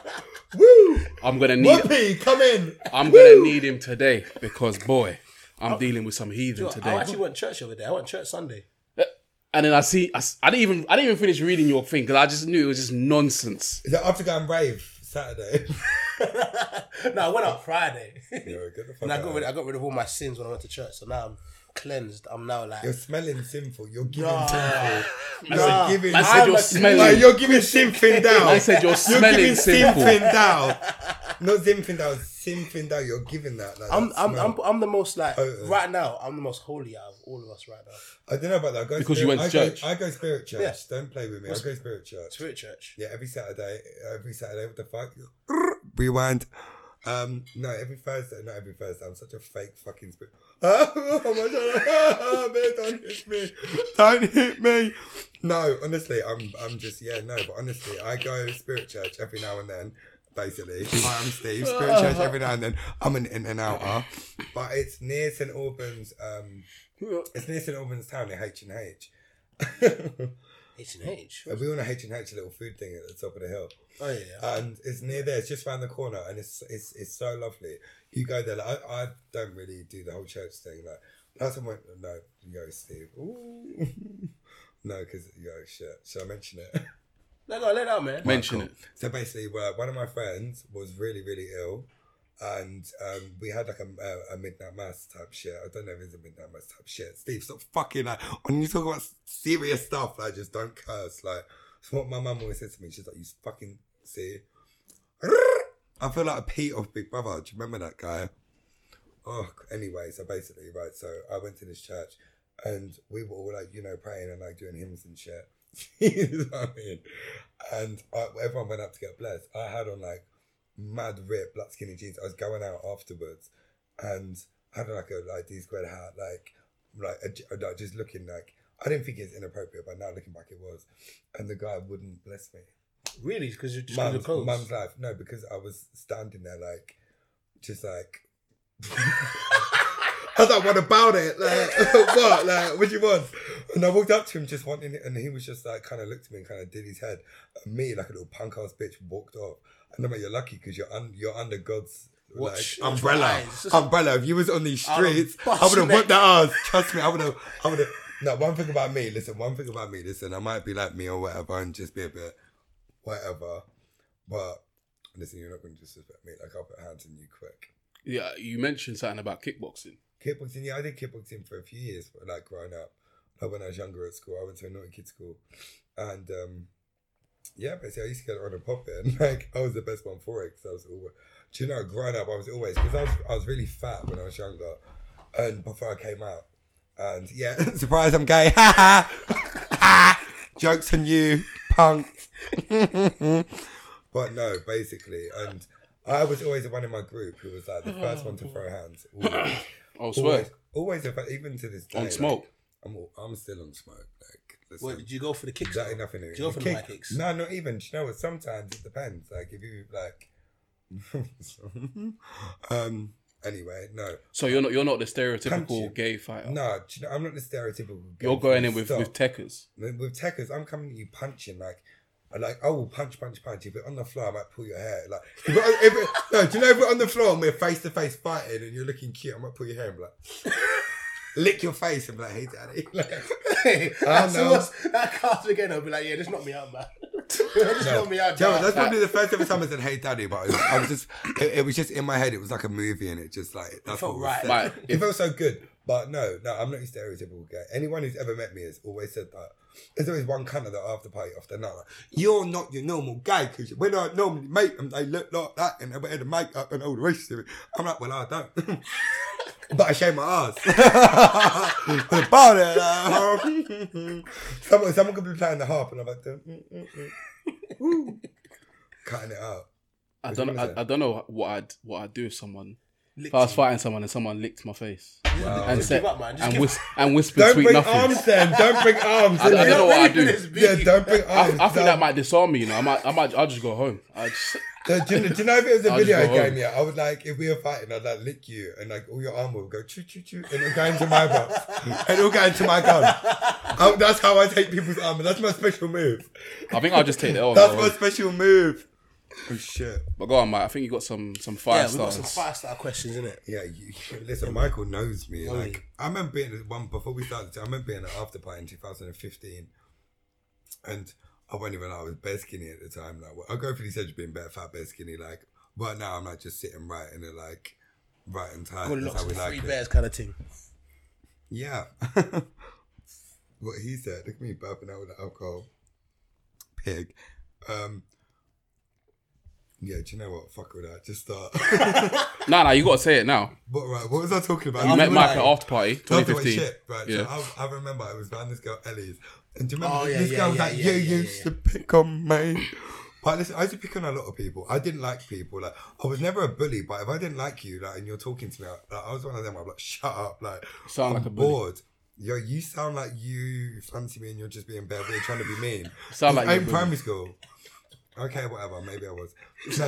[SPEAKER 5] Woo!
[SPEAKER 4] I'm gonna need.
[SPEAKER 5] Whoopi, come in!
[SPEAKER 4] I'm gonna need him today because boy, I'm dealing with some heathen
[SPEAKER 6] I
[SPEAKER 4] today.
[SPEAKER 6] actually went church the other day. I went church Sunday. [laughs]
[SPEAKER 4] And then I see, I, s- I didn't even, I didn't even finish reading your thing because I just knew it was just nonsense.
[SPEAKER 5] Is that after going rave Saturday? [laughs]
[SPEAKER 6] no, I went out Friday. [laughs]
[SPEAKER 5] Yo, get the fuck
[SPEAKER 6] and I
[SPEAKER 5] out
[SPEAKER 6] got
[SPEAKER 5] of
[SPEAKER 6] rid.
[SPEAKER 5] here.
[SPEAKER 6] I got rid of all my sins when I went to church. So now I'm cleansed. I'm now like.
[SPEAKER 5] You're smelling sinful. You're giving
[SPEAKER 6] Nah.
[SPEAKER 5] sinful. You're
[SPEAKER 6] Nah.
[SPEAKER 5] giving.
[SPEAKER 4] I said you're
[SPEAKER 6] a-
[SPEAKER 4] smelling.
[SPEAKER 5] Like, you're giving
[SPEAKER 4] [laughs]
[SPEAKER 5] Simfin down.
[SPEAKER 4] I said you're
[SPEAKER 5] you're
[SPEAKER 4] smelling
[SPEAKER 5] giving
[SPEAKER 4] simple.
[SPEAKER 5] Simfin down. Not Simfin down. Simfin down. You're giving that. Like,
[SPEAKER 6] I'm
[SPEAKER 5] that
[SPEAKER 6] I'm,
[SPEAKER 5] smell.
[SPEAKER 6] I'm I'm the most like
[SPEAKER 5] Oh, yeah.
[SPEAKER 6] right now. I'm the most holy out of all of us right now.
[SPEAKER 5] I don't know about that. I go
[SPEAKER 4] Because you
[SPEAKER 5] spirit,
[SPEAKER 4] went to
[SPEAKER 5] I go,
[SPEAKER 4] church.
[SPEAKER 5] I go spirit church.
[SPEAKER 6] Yeah.
[SPEAKER 5] Don't play with me. I go spirit church.
[SPEAKER 6] Spirit Church.
[SPEAKER 5] Yeah, every Saturday. Every Saturday. What the fuck? [laughs] Rewind. Um, no, every Thursday. Not every Thursday. I'm such a fake fucking spirit. [laughs] Oh my god! [laughs] Oh, Man, don't hit me! Don't hit me! No, honestly, I'm I'm just yeah no, but honestly, I go spirit church every now and then. Basically, Hi, I'm Steve. Spirit church every now and then. I'm an in and outer, but it's near St Albans. Um, it's near St Albans town in H and H.
[SPEAKER 6] H and H.
[SPEAKER 5] We want a H and H little food thing at the top of the hill
[SPEAKER 6] Oh yeah. yeah.
[SPEAKER 5] and it's near there. It's just round the corner, and it's it's it's so lovely. You go there. Like, I I don't really do the whole church thing. Like last time I went, no, yo Steve, Ooh. [laughs] no, because yo shit. Should I mention it?
[SPEAKER 6] No, no, let it out, man.
[SPEAKER 4] Mention it.
[SPEAKER 5] So basically, well, one of my friends was really really ill, and um, we had like a, a, a midnight mass type shit. I don't know if it's a midnight mass type shit. Steve, stop fucking like when you talk about serious stuff, like just don't curse. Like it's what my mum always says to me. She's like, "You fucking see." I feel like a Pete off Big Brother. Do you remember that guy? Oh, anyway, so basically, right. So I went to this church, and we were all like, you know, praying and like doing hymns and shit. you know what [laughs] I mean? And I, everyone went up to get blessed. I had on like mad ripped black skinny jeans. I was going out afterwards, and I had like a like D squared hat, like like a j- like, just looking like I didn't think it's inappropriate, but now looking back, it was. And the guy wouldn't bless me.
[SPEAKER 6] Really? Because you're just in your
[SPEAKER 5] Mum's,
[SPEAKER 6] clothes.
[SPEAKER 5] mum's life, no, because I was standing there like, just like. [laughs] I was like, what about it? Like, [laughs] what? Like, what do you want? And I walked up to him just wanting it, and he was just like, kind of looked at me and kind of did his head. And me, like a little punk ass bitch, walked off. And I'm like, you're lucky because you're un- you're under God's like,
[SPEAKER 6] Watch- watch
[SPEAKER 5] umbrella.
[SPEAKER 6] your eyes.
[SPEAKER 5] Umbrella. If you was on these
[SPEAKER 6] would've
[SPEAKER 5] streets,
[SPEAKER 6] bust
[SPEAKER 5] I would have
[SPEAKER 6] your
[SPEAKER 5] whipped that ass. Trust me, I would have. I would have. No, one thing about me. Listen, one thing about me. Listen, I might be like me or whatever, and just be a bit whatever. But listen, you're not going to disrespect me. Like I'll put hands on you quick.
[SPEAKER 4] Yeah, you mentioned something about kickboxing.
[SPEAKER 5] Kickboxing, yeah, I did kickboxing for a few years, but like growing up, like when I was younger at school, I went to a naughty kid school, and um, yeah, basically I used to get on and pop it, [laughs] and like I was the best one for it because I was always, do you know, growing up I was always because I was I was really fat when I was younger, and before I came out, and yeah, [laughs] surprise, I'm gay, ha ha, jokes on you, punk. [laughs] But no, basically, and I was always the one in my group who was like the first one to throw hands. always.
[SPEAKER 4] I swear.
[SPEAKER 5] Always, always if I- even to this day.
[SPEAKER 4] On
[SPEAKER 5] like,
[SPEAKER 4] smoke.
[SPEAKER 5] I'm, all- I'm still on smoke. Like, listen,
[SPEAKER 6] What did you go for the kicks?
[SPEAKER 5] that ain't nothing.
[SPEAKER 6] Did you go for the mic kicks? [laughs]
[SPEAKER 5] No, not even. Do you know what? Sometimes it depends. Like, if you, like, [laughs] um, anyway, no.
[SPEAKER 4] So you're not you're not the stereotypical
[SPEAKER 5] Punch
[SPEAKER 4] gay fighter.
[SPEAKER 5] No, do you know, I'm not the stereotypical. gay
[SPEAKER 4] Oh. You're going in
[SPEAKER 5] full
[SPEAKER 4] with,
[SPEAKER 5] stop.
[SPEAKER 4] with techers.
[SPEAKER 5] With, with techers, I'm coming at you punching like, I like I will punch, punch, punch. If it's on the floor, I might pull your hair. Like, if it, if it, no, do you know if we're on the floor and we're face to face fighting and you're looking cute, I might pull your hair and be like, [laughs] lick your face and be like, hey, daddy. [laughs] Like, I
[SPEAKER 6] That's
[SPEAKER 5] don't know.
[SPEAKER 6] us. That cast again. I'll be like, yeah, just knock me out, man. [laughs] just knock me out.
[SPEAKER 5] Do you know
[SPEAKER 6] man.
[SPEAKER 5] what, that's probably the first ever time I said "Hey, Daddy," but I was, I was just, it, it was just in my head. It was like a movie, and it just like that's
[SPEAKER 6] felt
[SPEAKER 5] what was
[SPEAKER 6] right.
[SPEAKER 5] said.
[SPEAKER 4] Right.
[SPEAKER 5] [laughs] It felt so good, but no, no, I'm not your stereotypical gay. Anyone who's ever met me has always said that. There's always one kind of the after party after night. Like, You're not your normal guy because when I normally make them, they look like that and they wear the makeup and all the rest of it. I'm like, well, I don't. [laughs] But I shave my ass. [laughs] But about it, like, someone, someone could be playing the harp, and I'm like, mm, mm, mm, mm. Woo. cutting it out.
[SPEAKER 4] I
[SPEAKER 5] What
[SPEAKER 4] don't
[SPEAKER 5] you
[SPEAKER 4] I,
[SPEAKER 5] gonna say?
[SPEAKER 4] I don't know what I'd what I'd do if someone if
[SPEAKER 6] Licked
[SPEAKER 4] I was
[SPEAKER 6] you.
[SPEAKER 4] fighting someone and someone licked my face and
[SPEAKER 6] Just
[SPEAKER 4] said
[SPEAKER 6] give up, man. Just
[SPEAKER 4] and,
[SPEAKER 6] give
[SPEAKER 4] whis- and whispered
[SPEAKER 5] Don't
[SPEAKER 4] sweet
[SPEAKER 5] bring
[SPEAKER 4] nothings.
[SPEAKER 5] arms, then. Don't bring
[SPEAKER 4] [laughs]
[SPEAKER 5] arms.
[SPEAKER 4] I, I don't know what I'd do.
[SPEAKER 5] yeah, don't bring
[SPEAKER 4] I, I
[SPEAKER 5] arms.
[SPEAKER 4] think that
[SPEAKER 5] don't-
[SPEAKER 4] might disarm me. You know, I might I might I'll just go home. I just
[SPEAKER 5] [laughs] Do you, do you know if it was a
[SPEAKER 4] I'll just
[SPEAKER 5] video
[SPEAKER 4] go
[SPEAKER 5] game?
[SPEAKER 4] home.
[SPEAKER 5] Yeah, I would like if we were fighting, I'd like lick you, and like all your armor would go choo choo choo, and it'll go into my box,
[SPEAKER 4] [laughs]
[SPEAKER 5] and it'll go into my gun. I, that's how I take people's armor. That's my special move.
[SPEAKER 4] I think I'll just take the L. and
[SPEAKER 5] That's
[SPEAKER 4] go
[SPEAKER 5] my
[SPEAKER 4] home.
[SPEAKER 5] special move. Oh shit!
[SPEAKER 4] But go on, mate. I think you got some some fire
[SPEAKER 6] Yeah, we got
[SPEAKER 4] stars.
[SPEAKER 6] some fire star questions, innit?
[SPEAKER 5] Yeah, you, [laughs] listen, Michael knows me. Like I remember being at one before we started. I remember being at after party in 2015, and I won't even. lie, I was bare skinny at the time. Like I go for these edge being bare fat, bare skinny. Like right now, I'm like just sitting right in it, like right and tight.
[SPEAKER 6] Good
[SPEAKER 5] That's
[SPEAKER 6] looks
[SPEAKER 5] how we
[SPEAKER 6] and
[SPEAKER 5] like
[SPEAKER 6] free
[SPEAKER 5] it.
[SPEAKER 6] bears kind of thing.
[SPEAKER 5] Yeah. [laughs] what he said. Look at me burping out with the alcohol. Pig. Um. Yeah, do you know what? Fuck with that. Just start. [laughs]
[SPEAKER 4] Nah, nah. You got to say it now.
[SPEAKER 5] but right, what was I talking about?
[SPEAKER 4] You met
[SPEAKER 5] remember-
[SPEAKER 4] Mike at after party
[SPEAKER 5] Talking about
[SPEAKER 4] 2015.
[SPEAKER 5] Shit, right?
[SPEAKER 4] Yeah.
[SPEAKER 5] So I, I remember it was around this girl Ellie's, and do you remember
[SPEAKER 6] Oh, yeah,
[SPEAKER 5] this
[SPEAKER 6] yeah,
[SPEAKER 5] girl was
[SPEAKER 6] yeah,
[SPEAKER 5] like,
[SPEAKER 6] yeah,
[SPEAKER 5] "You
[SPEAKER 6] yeah, yeah,
[SPEAKER 5] used to pick on me." But listen, I used to pick on a lot of people. I didn't like people. Like I was never a bully, but if I didn't like you, like and you're talking to me, I, like, I was one of them. I'm like, shut up, like
[SPEAKER 4] Sound
[SPEAKER 5] I'm
[SPEAKER 4] like a bully.
[SPEAKER 5] bored. Yo, you sound like you fancy me, and you're just being bad. We're trying to be mean.
[SPEAKER 4] [laughs] Sound like
[SPEAKER 5] I'm
[SPEAKER 4] you're
[SPEAKER 5] in
[SPEAKER 4] bully.
[SPEAKER 5] primary school. Okay, whatever. Maybe
[SPEAKER 4] [laughs]
[SPEAKER 5] I was. [laughs] No.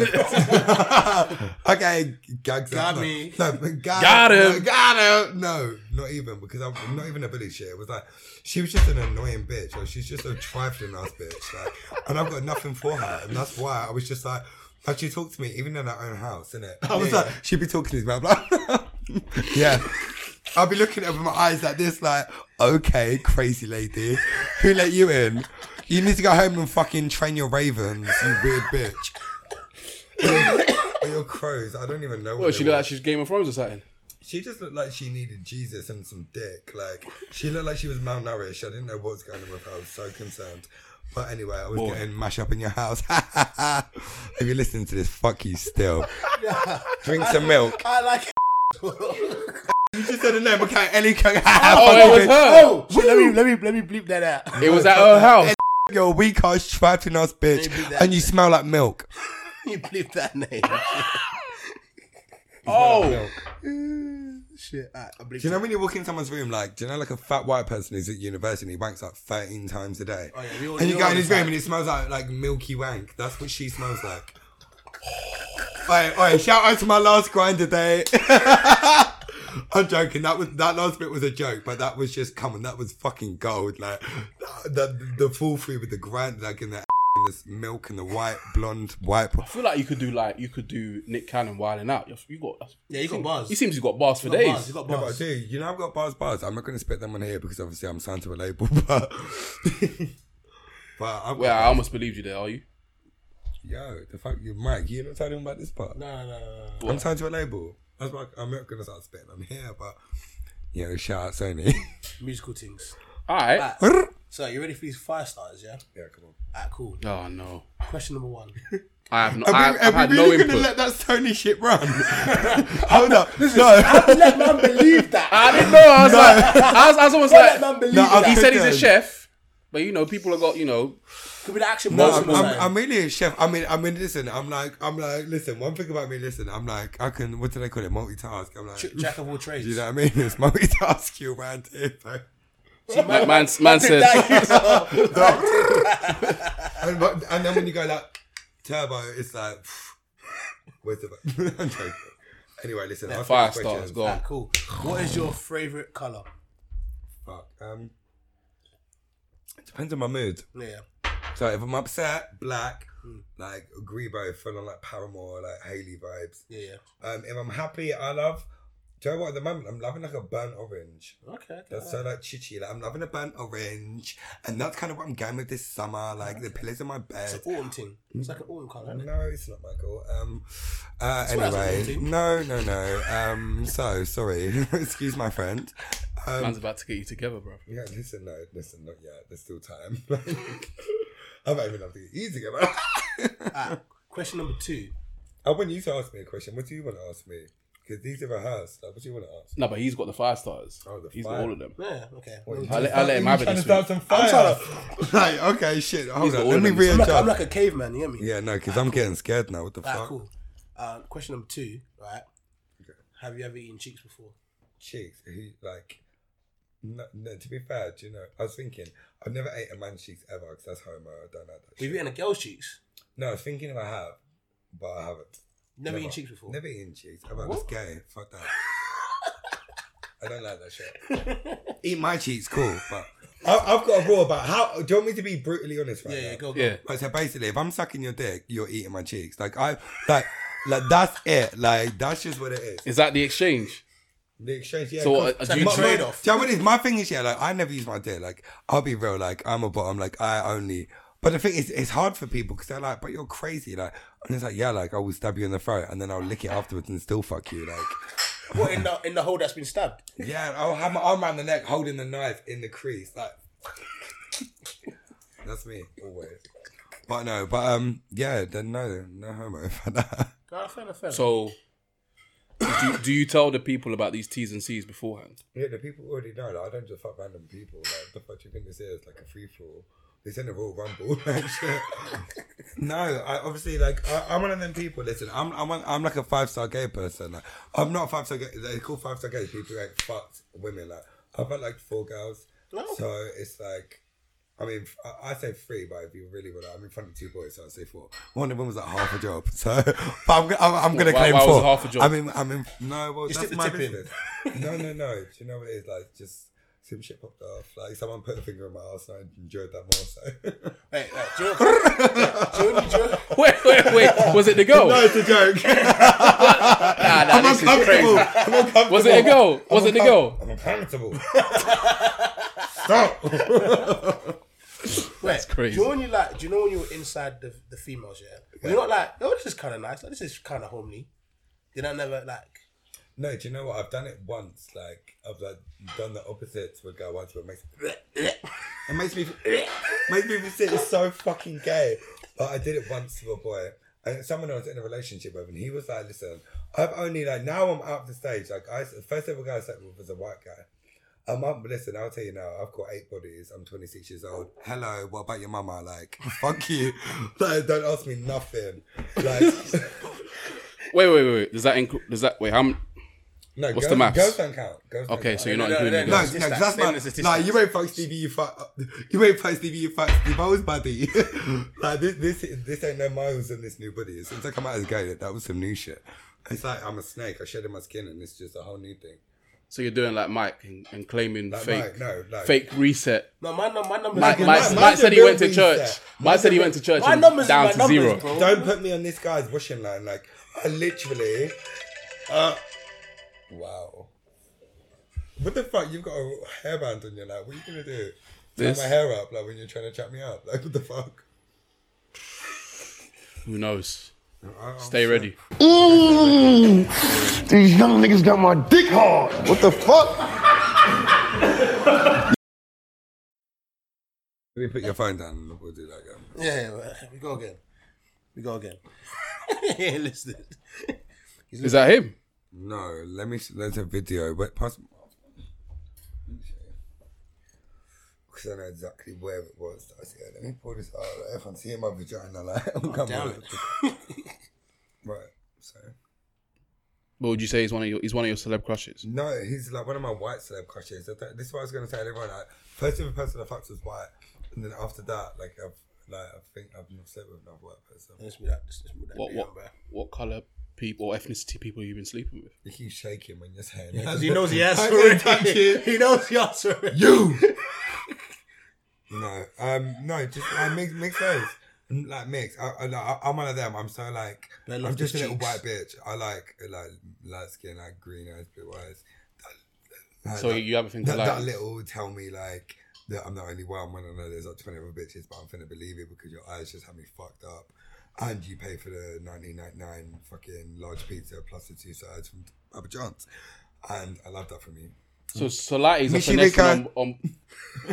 [SPEAKER 5] okay, gags.
[SPEAKER 6] Got
[SPEAKER 5] no.
[SPEAKER 6] me.
[SPEAKER 5] No, but got,
[SPEAKER 4] Got
[SPEAKER 5] no,
[SPEAKER 4] him.
[SPEAKER 5] got him. No, not even because I'm I'm not even a bully shit. It was like she was just an annoying bitch. Or she's just a trifling ass bitch. Like, and I've got nothing for her, and that's why I was just like. Like she talked to me even in her own house,
[SPEAKER 4] [laughs]
[SPEAKER 5] innit? I was like, she'd be talking to me, I'm [laughs] like, yeah. I'll be looking at her with my eyes like this, like, okay, crazy lady, who let you in? You need to go home and fucking train your ravens, you weird bitch. little crows. I don't even know.
[SPEAKER 4] Well,
[SPEAKER 5] what
[SPEAKER 4] Oh, she
[SPEAKER 5] they
[SPEAKER 4] looked
[SPEAKER 5] were.
[SPEAKER 4] like she's Game of Thrones or something.
[SPEAKER 5] She just looked like she needed Jesus and some dick. Like she looked like she was malnourished. I didn't know what was going on with her. I was so concerned. But anyway, I was getting mash up in your house. [laughs] if you're listening to this, fuck you
[SPEAKER 4] [laughs]
[SPEAKER 5] still. Drink some milk.
[SPEAKER 6] I like.
[SPEAKER 5] You just said a name. Okay, Ellie. [laughs] Cook.
[SPEAKER 4] Oh, it was her.
[SPEAKER 6] Oh, shit, let me let me let me bleep that out. [laughs]
[SPEAKER 4] It was at her house.
[SPEAKER 5] You're a weak ass trapping ass bitch,
[SPEAKER 6] Maybe that-
[SPEAKER 5] and you smell
[SPEAKER 6] [laughs]
[SPEAKER 5] like milk.
[SPEAKER 6] you bleep that name.
[SPEAKER 4] Oh,
[SPEAKER 6] shit, alright, I bleep.
[SPEAKER 5] Do you know when you walk in someone's room, like, do you know, like a fat white person who's at university, he wanks like 13 times a day?
[SPEAKER 6] Oh, yeah, we all-
[SPEAKER 5] and you
[SPEAKER 6] we
[SPEAKER 5] go
[SPEAKER 6] all
[SPEAKER 5] in his
[SPEAKER 6] do that.
[SPEAKER 5] room and it smells like, like milky wank. That's what she smells like. Oi, oi, shout out to my last grind today. [laughs] I'm joking. That was that last bit was a joke, but that was just coming. That was fucking gold. Like the the, the full three with the grind, like in the and this milk and the white blonde white.
[SPEAKER 4] I feel like you could do like you could do Nick Cannon wilding out. You- You got
[SPEAKER 6] Yeah, you got bars.
[SPEAKER 4] he seems he's got bars for
[SPEAKER 6] You got bars.
[SPEAKER 4] days.
[SPEAKER 6] You got
[SPEAKER 5] No, but I
[SPEAKER 6] bars.
[SPEAKER 5] do. You know, I've got bars, bars. I'm not going to spit them on here because obviously I'm signed to a label, [laughs] but. but
[SPEAKER 4] Well,
[SPEAKER 5] I've got.
[SPEAKER 4] I almost believed you there. Are you?
[SPEAKER 5] Yo, the fuck you, Mike, you're not telling him about this part? No, no, no. I'm signed to a label. That's why I'm not going to start spitting on here, but. You know, shout out Sony. [laughs]
[SPEAKER 6] Musical things.
[SPEAKER 4] All right.
[SPEAKER 6] So you ready for these five stars? Yeah.
[SPEAKER 5] yeah, come on.
[SPEAKER 6] Alright, cool.
[SPEAKER 4] oh no,
[SPEAKER 6] Question number one.
[SPEAKER 4] I have no.
[SPEAKER 5] Are we,
[SPEAKER 4] I, have
[SPEAKER 5] are we
[SPEAKER 4] had
[SPEAKER 5] really
[SPEAKER 4] no
[SPEAKER 5] going to
[SPEAKER 4] input.
[SPEAKER 5] let that Sony shit
[SPEAKER 4] [laughs]
[SPEAKER 5] run? Hold up. no.
[SPEAKER 6] [laughs] Let man believe that.
[SPEAKER 4] I didn't know. I was like, I was, I was almost
[SPEAKER 6] Let man
[SPEAKER 4] like,
[SPEAKER 6] believe
[SPEAKER 5] No, I
[SPEAKER 6] that.
[SPEAKER 4] he
[SPEAKER 5] was-
[SPEAKER 4] said he's a
[SPEAKER 5] Chicken.
[SPEAKER 4] chef, but you know, people have got you know.
[SPEAKER 6] Could be the action
[SPEAKER 5] No,
[SPEAKER 6] person
[SPEAKER 5] I'm,
[SPEAKER 6] or something.
[SPEAKER 5] I'm, I'm really a chef. I mean, I mean, listen. I'm like, I'm like, listen. One thing about me, listen. I'm like, I can. What do they call it? Multitask. I'm like,
[SPEAKER 6] J- Jack of all trades.
[SPEAKER 5] [laughs]
[SPEAKER 6] [laughs]
[SPEAKER 5] Do you know what I mean? It's multitask you [laughs] around here, bro.
[SPEAKER 4] Man, man,
[SPEAKER 5] [laughs]
[SPEAKER 4] man said,
[SPEAKER 5] And, what- and then when you go like turbo, it's like, [laughs] where's the. [laughs] I'm joking. Anyway, listen. I've got
[SPEAKER 4] five stars.
[SPEAKER 5] questions.
[SPEAKER 4] Go on.
[SPEAKER 6] Alright, cool. What is your favorite color?
[SPEAKER 5] Fuck. Um, it depends on my mood.
[SPEAKER 6] Yeah.
[SPEAKER 5] So if I'm upset, black, like Grebo, full on like Paramore, like Haley vibes.
[SPEAKER 6] Yeah.
[SPEAKER 5] Um, if I'm happy, I love. Do you know what? At the moment, I'm loving like a burnt orange.
[SPEAKER 6] Okay.
[SPEAKER 5] That's so like chichi. Like I'm loving a burnt orange, and that's kind of what I'm going with this summer. Like the pillows in my bed.
[SPEAKER 6] It's an autumn thing. It's like an autumn color, isn't it?
[SPEAKER 5] No, it's not Michael. Um, uh,
[SPEAKER 6] what I was
[SPEAKER 5] anyway,
[SPEAKER 6] wanting.
[SPEAKER 5] no, no, no. Um, so sorry. [laughs] Excuse my friend. Um,
[SPEAKER 4] man's about to get you together, bro.
[SPEAKER 5] Yeah, listen, no, listen, not yet. There's still time. [laughs] I might even have to get you [laughs] together.
[SPEAKER 6] Alright, Question number two.
[SPEAKER 5] I want you to ask me a question. What do you want to ask me? Because these are rehearsed. Like, what do you want to ask?
[SPEAKER 4] No, but he's got the five stars.
[SPEAKER 5] Oh, the
[SPEAKER 4] he's got
[SPEAKER 5] five.
[SPEAKER 4] all of them.
[SPEAKER 6] Yeah. Okay.
[SPEAKER 4] I let, I let him have it
[SPEAKER 5] Trying to
[SPEAKER 4] this
[SPEAKER 5] start
[SPEAKER 4] week.
[SPEAKER 5] some fire. [laughs] like, okay, shit. Hold
[SPEAKER 4] got
[SPEAKER 5] on.
[SPEAKER 4] all
[SPEAKER 5] Let
[SPEAKER 4] of
[SPEAKER 5] me
[SPEAKER 4] them. I'm
[SPEAKER 6] I'm like,
[SPEAKER 5] readjust.
[SPEAKER 6] I'm like a caveman. You hear me?
[SPEAKER 5] yeah, no, because I'm getting scared now. What the
[SPEAKER 6] Alright,
[SPEAKER 5] fuck?
[SPEAKER 6] cool. Uh, question number two. Right. Have you ever eaten cheeks before?
[SPEAKER 5] cheeks who like no, no, to be fair, do you know, I was thinking I've never ate a man's cheeks ever because that's homo. I don't like that.
[SPEAKER 6] We've
[SPEAKER 5] Shit.
[SPEAKER 6] eaten a girl's cheeks.
[SPEAKER 5] No, I was thinking if I have, but I haven't.
[SPEAKER 6] Never, eaten cheeks before.
[SPEAKER 5] Never eaten cheeks. I was gay. Fuck
[SPEAKER 6] [laughs]
[SPEAKER 5] that. I don't like that shit.
[SPEAKER 6] [laughs]
[SPEAKER 5] Eat my cheeks, cool. But I, I've got a rule about how. Do you want me to be brutally honest right
[SPEAKER 6] Yeah.
[SPEAKER 5] now?
[SPEAKER 6] Yeah. Go. go.
[SPEAKER 4] Yeah.
[SPEAKER 5] Like, so basically, if I'm sucking your dick, you're eating my cheeks. Like I, like, like that's it. Like that's just what it is.
[SPEAKER 4] Is that the exchange?
[SPEAKER 5] The exchange, yeah.
[SPEAKER 4] So
[SPEAKER 5] cool.
[SPEAKER 4] what, uh, do
[SPEAKER 5] My-
[SPEAKER 4] you-
[SPEAKER 5] my- Do you know what it is? My thing is, yeah, like I never use my dick. Like I'll be real, like I'm a bottom. Like I only. But the thing is, it's hard for people because they're like, "But you're crazy." Like, and it's like, yeah, like I will stab you in the throat and then I'll lick it afterwards and still fuck you. Like,
[SPEAKER 6] What in the in the hole that's been
[SPEAKER 4] [laughs]
[SPEAKER 6] stabbed?
[SPEAKER 5] yeah, I'll have my arm around the neck, holding the knife in the crease. Like, [laughs] that's me always. But no, but um, yeah, then no, no homo [laughs] for that.
[SPEAKER 6] God, fair enough, fair enough.
[SPEAKER 4] So, do, do you tell the people about these T's and C's beforehand? [laughs]
[SPEAKER 5] Yeah, the people already know. Like, I don't just fuck random people. Like, the fuck do you think this is? Like a free for all. This ain't a Royal Rumble. [laughs] Like, shit. no, I obviously like I, I'm one of them people. Listen, I'm I'm one, I'm like a five star gay person. Like, I'm not a five star gay. They call five star gay people who ain't fucked women. Like I've had like four girls. So it's like. I mean, I, I say three, but if you really want, I'm in front of two boys, so I say four. One of them was like half a job, [laughs] so but I'm, go- I'm, I'm gonna
[SPEAKER 4] Why-
[SPEAKER 5] claim
[SPEAKER 4] why was
[SPEAKER 5] four.
[SPEAKER 4] it half a job?
[SPEAKER 5] I mean, I mean, no, well, that's
[SPEAKER 6] dip the
[SPEAKER 5] my
[SPEAKER 6] tip in.
[SPEAKER 5] business. [laughs] no, no, no. Do you know what it is? Like, just some shit popped off. Like, someone put a finger in my ass, and I enjoyed that more. So,
[SPEAKER 6] Wait, wait, do you know- do you know- do you
[SPEAKER 4] [laughs]
[SPEAKER 6] know-
[SPEAKER 4] Wait, wait, wait. Was it the girl?
[SPEAKER 5] [laughs] no, it's
[SPEAKER 4] [laughs]
[SPEAKER 5] a joke.
[SPEAKER 4] nah, nah,
[SPEAKER 5] I'm
[SPEAKER 4] this is crazy.
[SPEAKER 5] uncomfortable. I'm uncomfortable.
[SPEAKER 4] Was it a girl? Was it the girl?
[SPEAKER 5] I'm uncomfortable.
[SPEAKER 6] Wait,
[SPEAKER 4] crazy.
[SPEAKER 6] Do you know when you like? Do you know when you were inside the the females? Yeah, you're not like, oh, this is kind of nice. Like, this is kind of homely. Did I never like?
[SPEAKER 5] No, do you know what? I've done it once. Like I've like done the opposite to a guy once, but it makes it makes me [laughs] makes me feel it's so fucking gay. But I did it once with a boy, and it's someone I was in a relationship with, and he was like, "Listen, I've only like now I'm out of the stage. Like I the first ever guy I slept with was a white guy." A mum, listen, I'll tell you now, I've got eight bodies, I'm 26 years old. Hello, what about your mama? Like, fuck you. [laughs] Like, don't ask me nothing. Like,
[SPEAKER 4] Wait, wait, wait, wait. Does that include? Does that wait? How? m-
[SPEAKER 5] No,
[SPEAKER 4] [laughs] What's
[SPEAKER 5] girls,
[SPEAKER 4] the maths?
[SPEAKER 5] Girls don't count. Girls don't
[SPEAKER 4] Okay,
[SPEAKER 5] count.
[SPEAKER 4] so you're not
[SPEAKER 6] No, no,
[SPEAKER 4] including
[SPEAKER 5] No,
[SPEAKER 4] the
[SPEAKER 5] no,
[SPEAKER 4] girls.
[SPEAKER 6] Statistics,
[SPEAKER 5] cause that's
[SPEAKER 6] same
[SPEAKER 5] my.
[SPEAKER 6] as statistics.
[SPEAKER 5] Like, you ain't fuck Stevie, you fuck. You ain't fuck Stevie, you fuck Steve O's buddy. [laughs] like, this, this, this ain't no miles in this new buddy. Since I come out as gay, that, that was some new shit. It's like, I'm a snake, I shed in my skin, and it's just a whole new thing.
[SPEAKER 4] So you're doing like Mike and, and claiming
[SPEAKER 5] Like,
[SPEAKER 4] fake,
[SPEAKER 5] Mike, no, like-
[SPEAKER 4] fake reset.
[SPEAKER 6] No, my num- my numbers.
[SPEAKER 4] Mike,
[SPEAKER 5] Mike,
[SPEAKER 4] Mike,
[SPEAKER 5] Mike's
[SPEAKER 4] Mike
[SPEAKER 5] a
[SPEAKER 4] said he
[SPEAKER 5] real
[SPEAKER 4] went to
[SPEAKER 5] reset.
[SPEAKER 4] church. Mike
[SPEAKER 5] Mike's
[SPEAKER 4] said he
[SPEAKER 5] a-
[SPEAKER 4] went to church.
[SPEAKER 6] my
[SPEAKER 4] and
[SPEAKER 6] numbers
[SPEAKER 4] down
[SPEAKER 6] is
[SPEAKER 4] to
[SPEAKER 6] my numbers,
[SPEAKER 4] zero.
[SPEAKER 6] bro.
[SPEAKER 5] Don't put me on this guy's washing line. Like, I literally. Uh, wow. What the fuck? You've got a hairband on your lap. What are you gonna do? Tie
[SPEAKER 4] This-
[SPEAKER 5] my hair up like when you're trying to chat me up. Like, what the fuck?
[SPEAKER 4] Who knows?
[SPEAKER 5] I- I'm
[SPEAKER 4] Stay
[SPEAKER 5] so-
[SPEAKER 4] ready.
[SPEAKER 2] These young niggas got my dick hard. What the fuck?
[SPEAKER 5] Let me put your phone down and we'll do that again.
[SPEAKER 6] Yeah, yeah, [laughs] we go again. We go again. [laughs] yeah, listen.
[SPEAKER 4] Is that him?
[SPEAKER 5] No, let me. There's a video. Wait, pass. Because I know exactly where it was. I said, let me pull this out. Like, if I'm seeing my vagina, like, [laughs] I'm coming.
[SPEAKER 6] damn
[SPEAKER 5] right. So
[SPEAKER 4] But would you say he's one of your he's one of your celeb crushes?
[SPEAKER 5] no, he's like one of my white celeb crushes. I thought- This is what I was gonna say to everyone. Like, first ever person I fucked was white, and then after that, like I've like I think I've not slept with another white person.
[SPEAKER 6] Let's move that. Let's let's move that.
[SPEAKER 4] What
[SPEAKER 6] bit
[SPEAKER 4] what
[SPEAKER 6] on, bro.
[SPEAKER 4] what color people or ethnicity people you've been sleeping with?
[SPEAKER 5] You keep shaking when you're saying
[SPEAKER 6] Because
[SPEAKER 5] that.
[SPEAKER 6] he
[SPEAKER 5] [laughs]
[SPEAKER 6] knows he [laughs] has
[SPEAKER 5] I
[SPEAKER 6] already.
[SPEAKER 5] didn't touch
[SPEAKER 6] [laughs]
[SPEAKER 5] it.
[SPEAKER 6] He knows he has already.
[SPEAKER 5] You. [laughs] no, um, no, just like mix, mix those, Mm, like mix. I, I, like, I'm one of them. I'm so like,
[SPEAKER 6] They love
[SPEAKER 5] I'm just a
[SPEAKER 6] the
[SPEAKER 5] little
[SPEAKER 6] cheeks.
[SPEAKER 5] white bitch. I like like light skin, like green eyes, blue eyes. That- like,
[SPEAKER 4] So
[SPEAKER 5] that-
[SPEAKER 4] you have a thing to
[SPEAKER 5] that, that
[SPEAKER 4] like.
[SPEAKER 5] little tell me like that I'm the only one when I know there's like 20 other bitches, but I'm finna believe it because your eyes just have me fucked up. And you pay for the 1999 fucking large pizza plus the two sides from Papa John's. And I love that from you.
[SPEAKER 4] So so Lighty's a
[SPEAKER 5] Michi
[SPEAKER 4] finessing on,
[SPEAKER 5] Rika.
[SPEAKER 4] on
[SPEAKER 6] [laughs]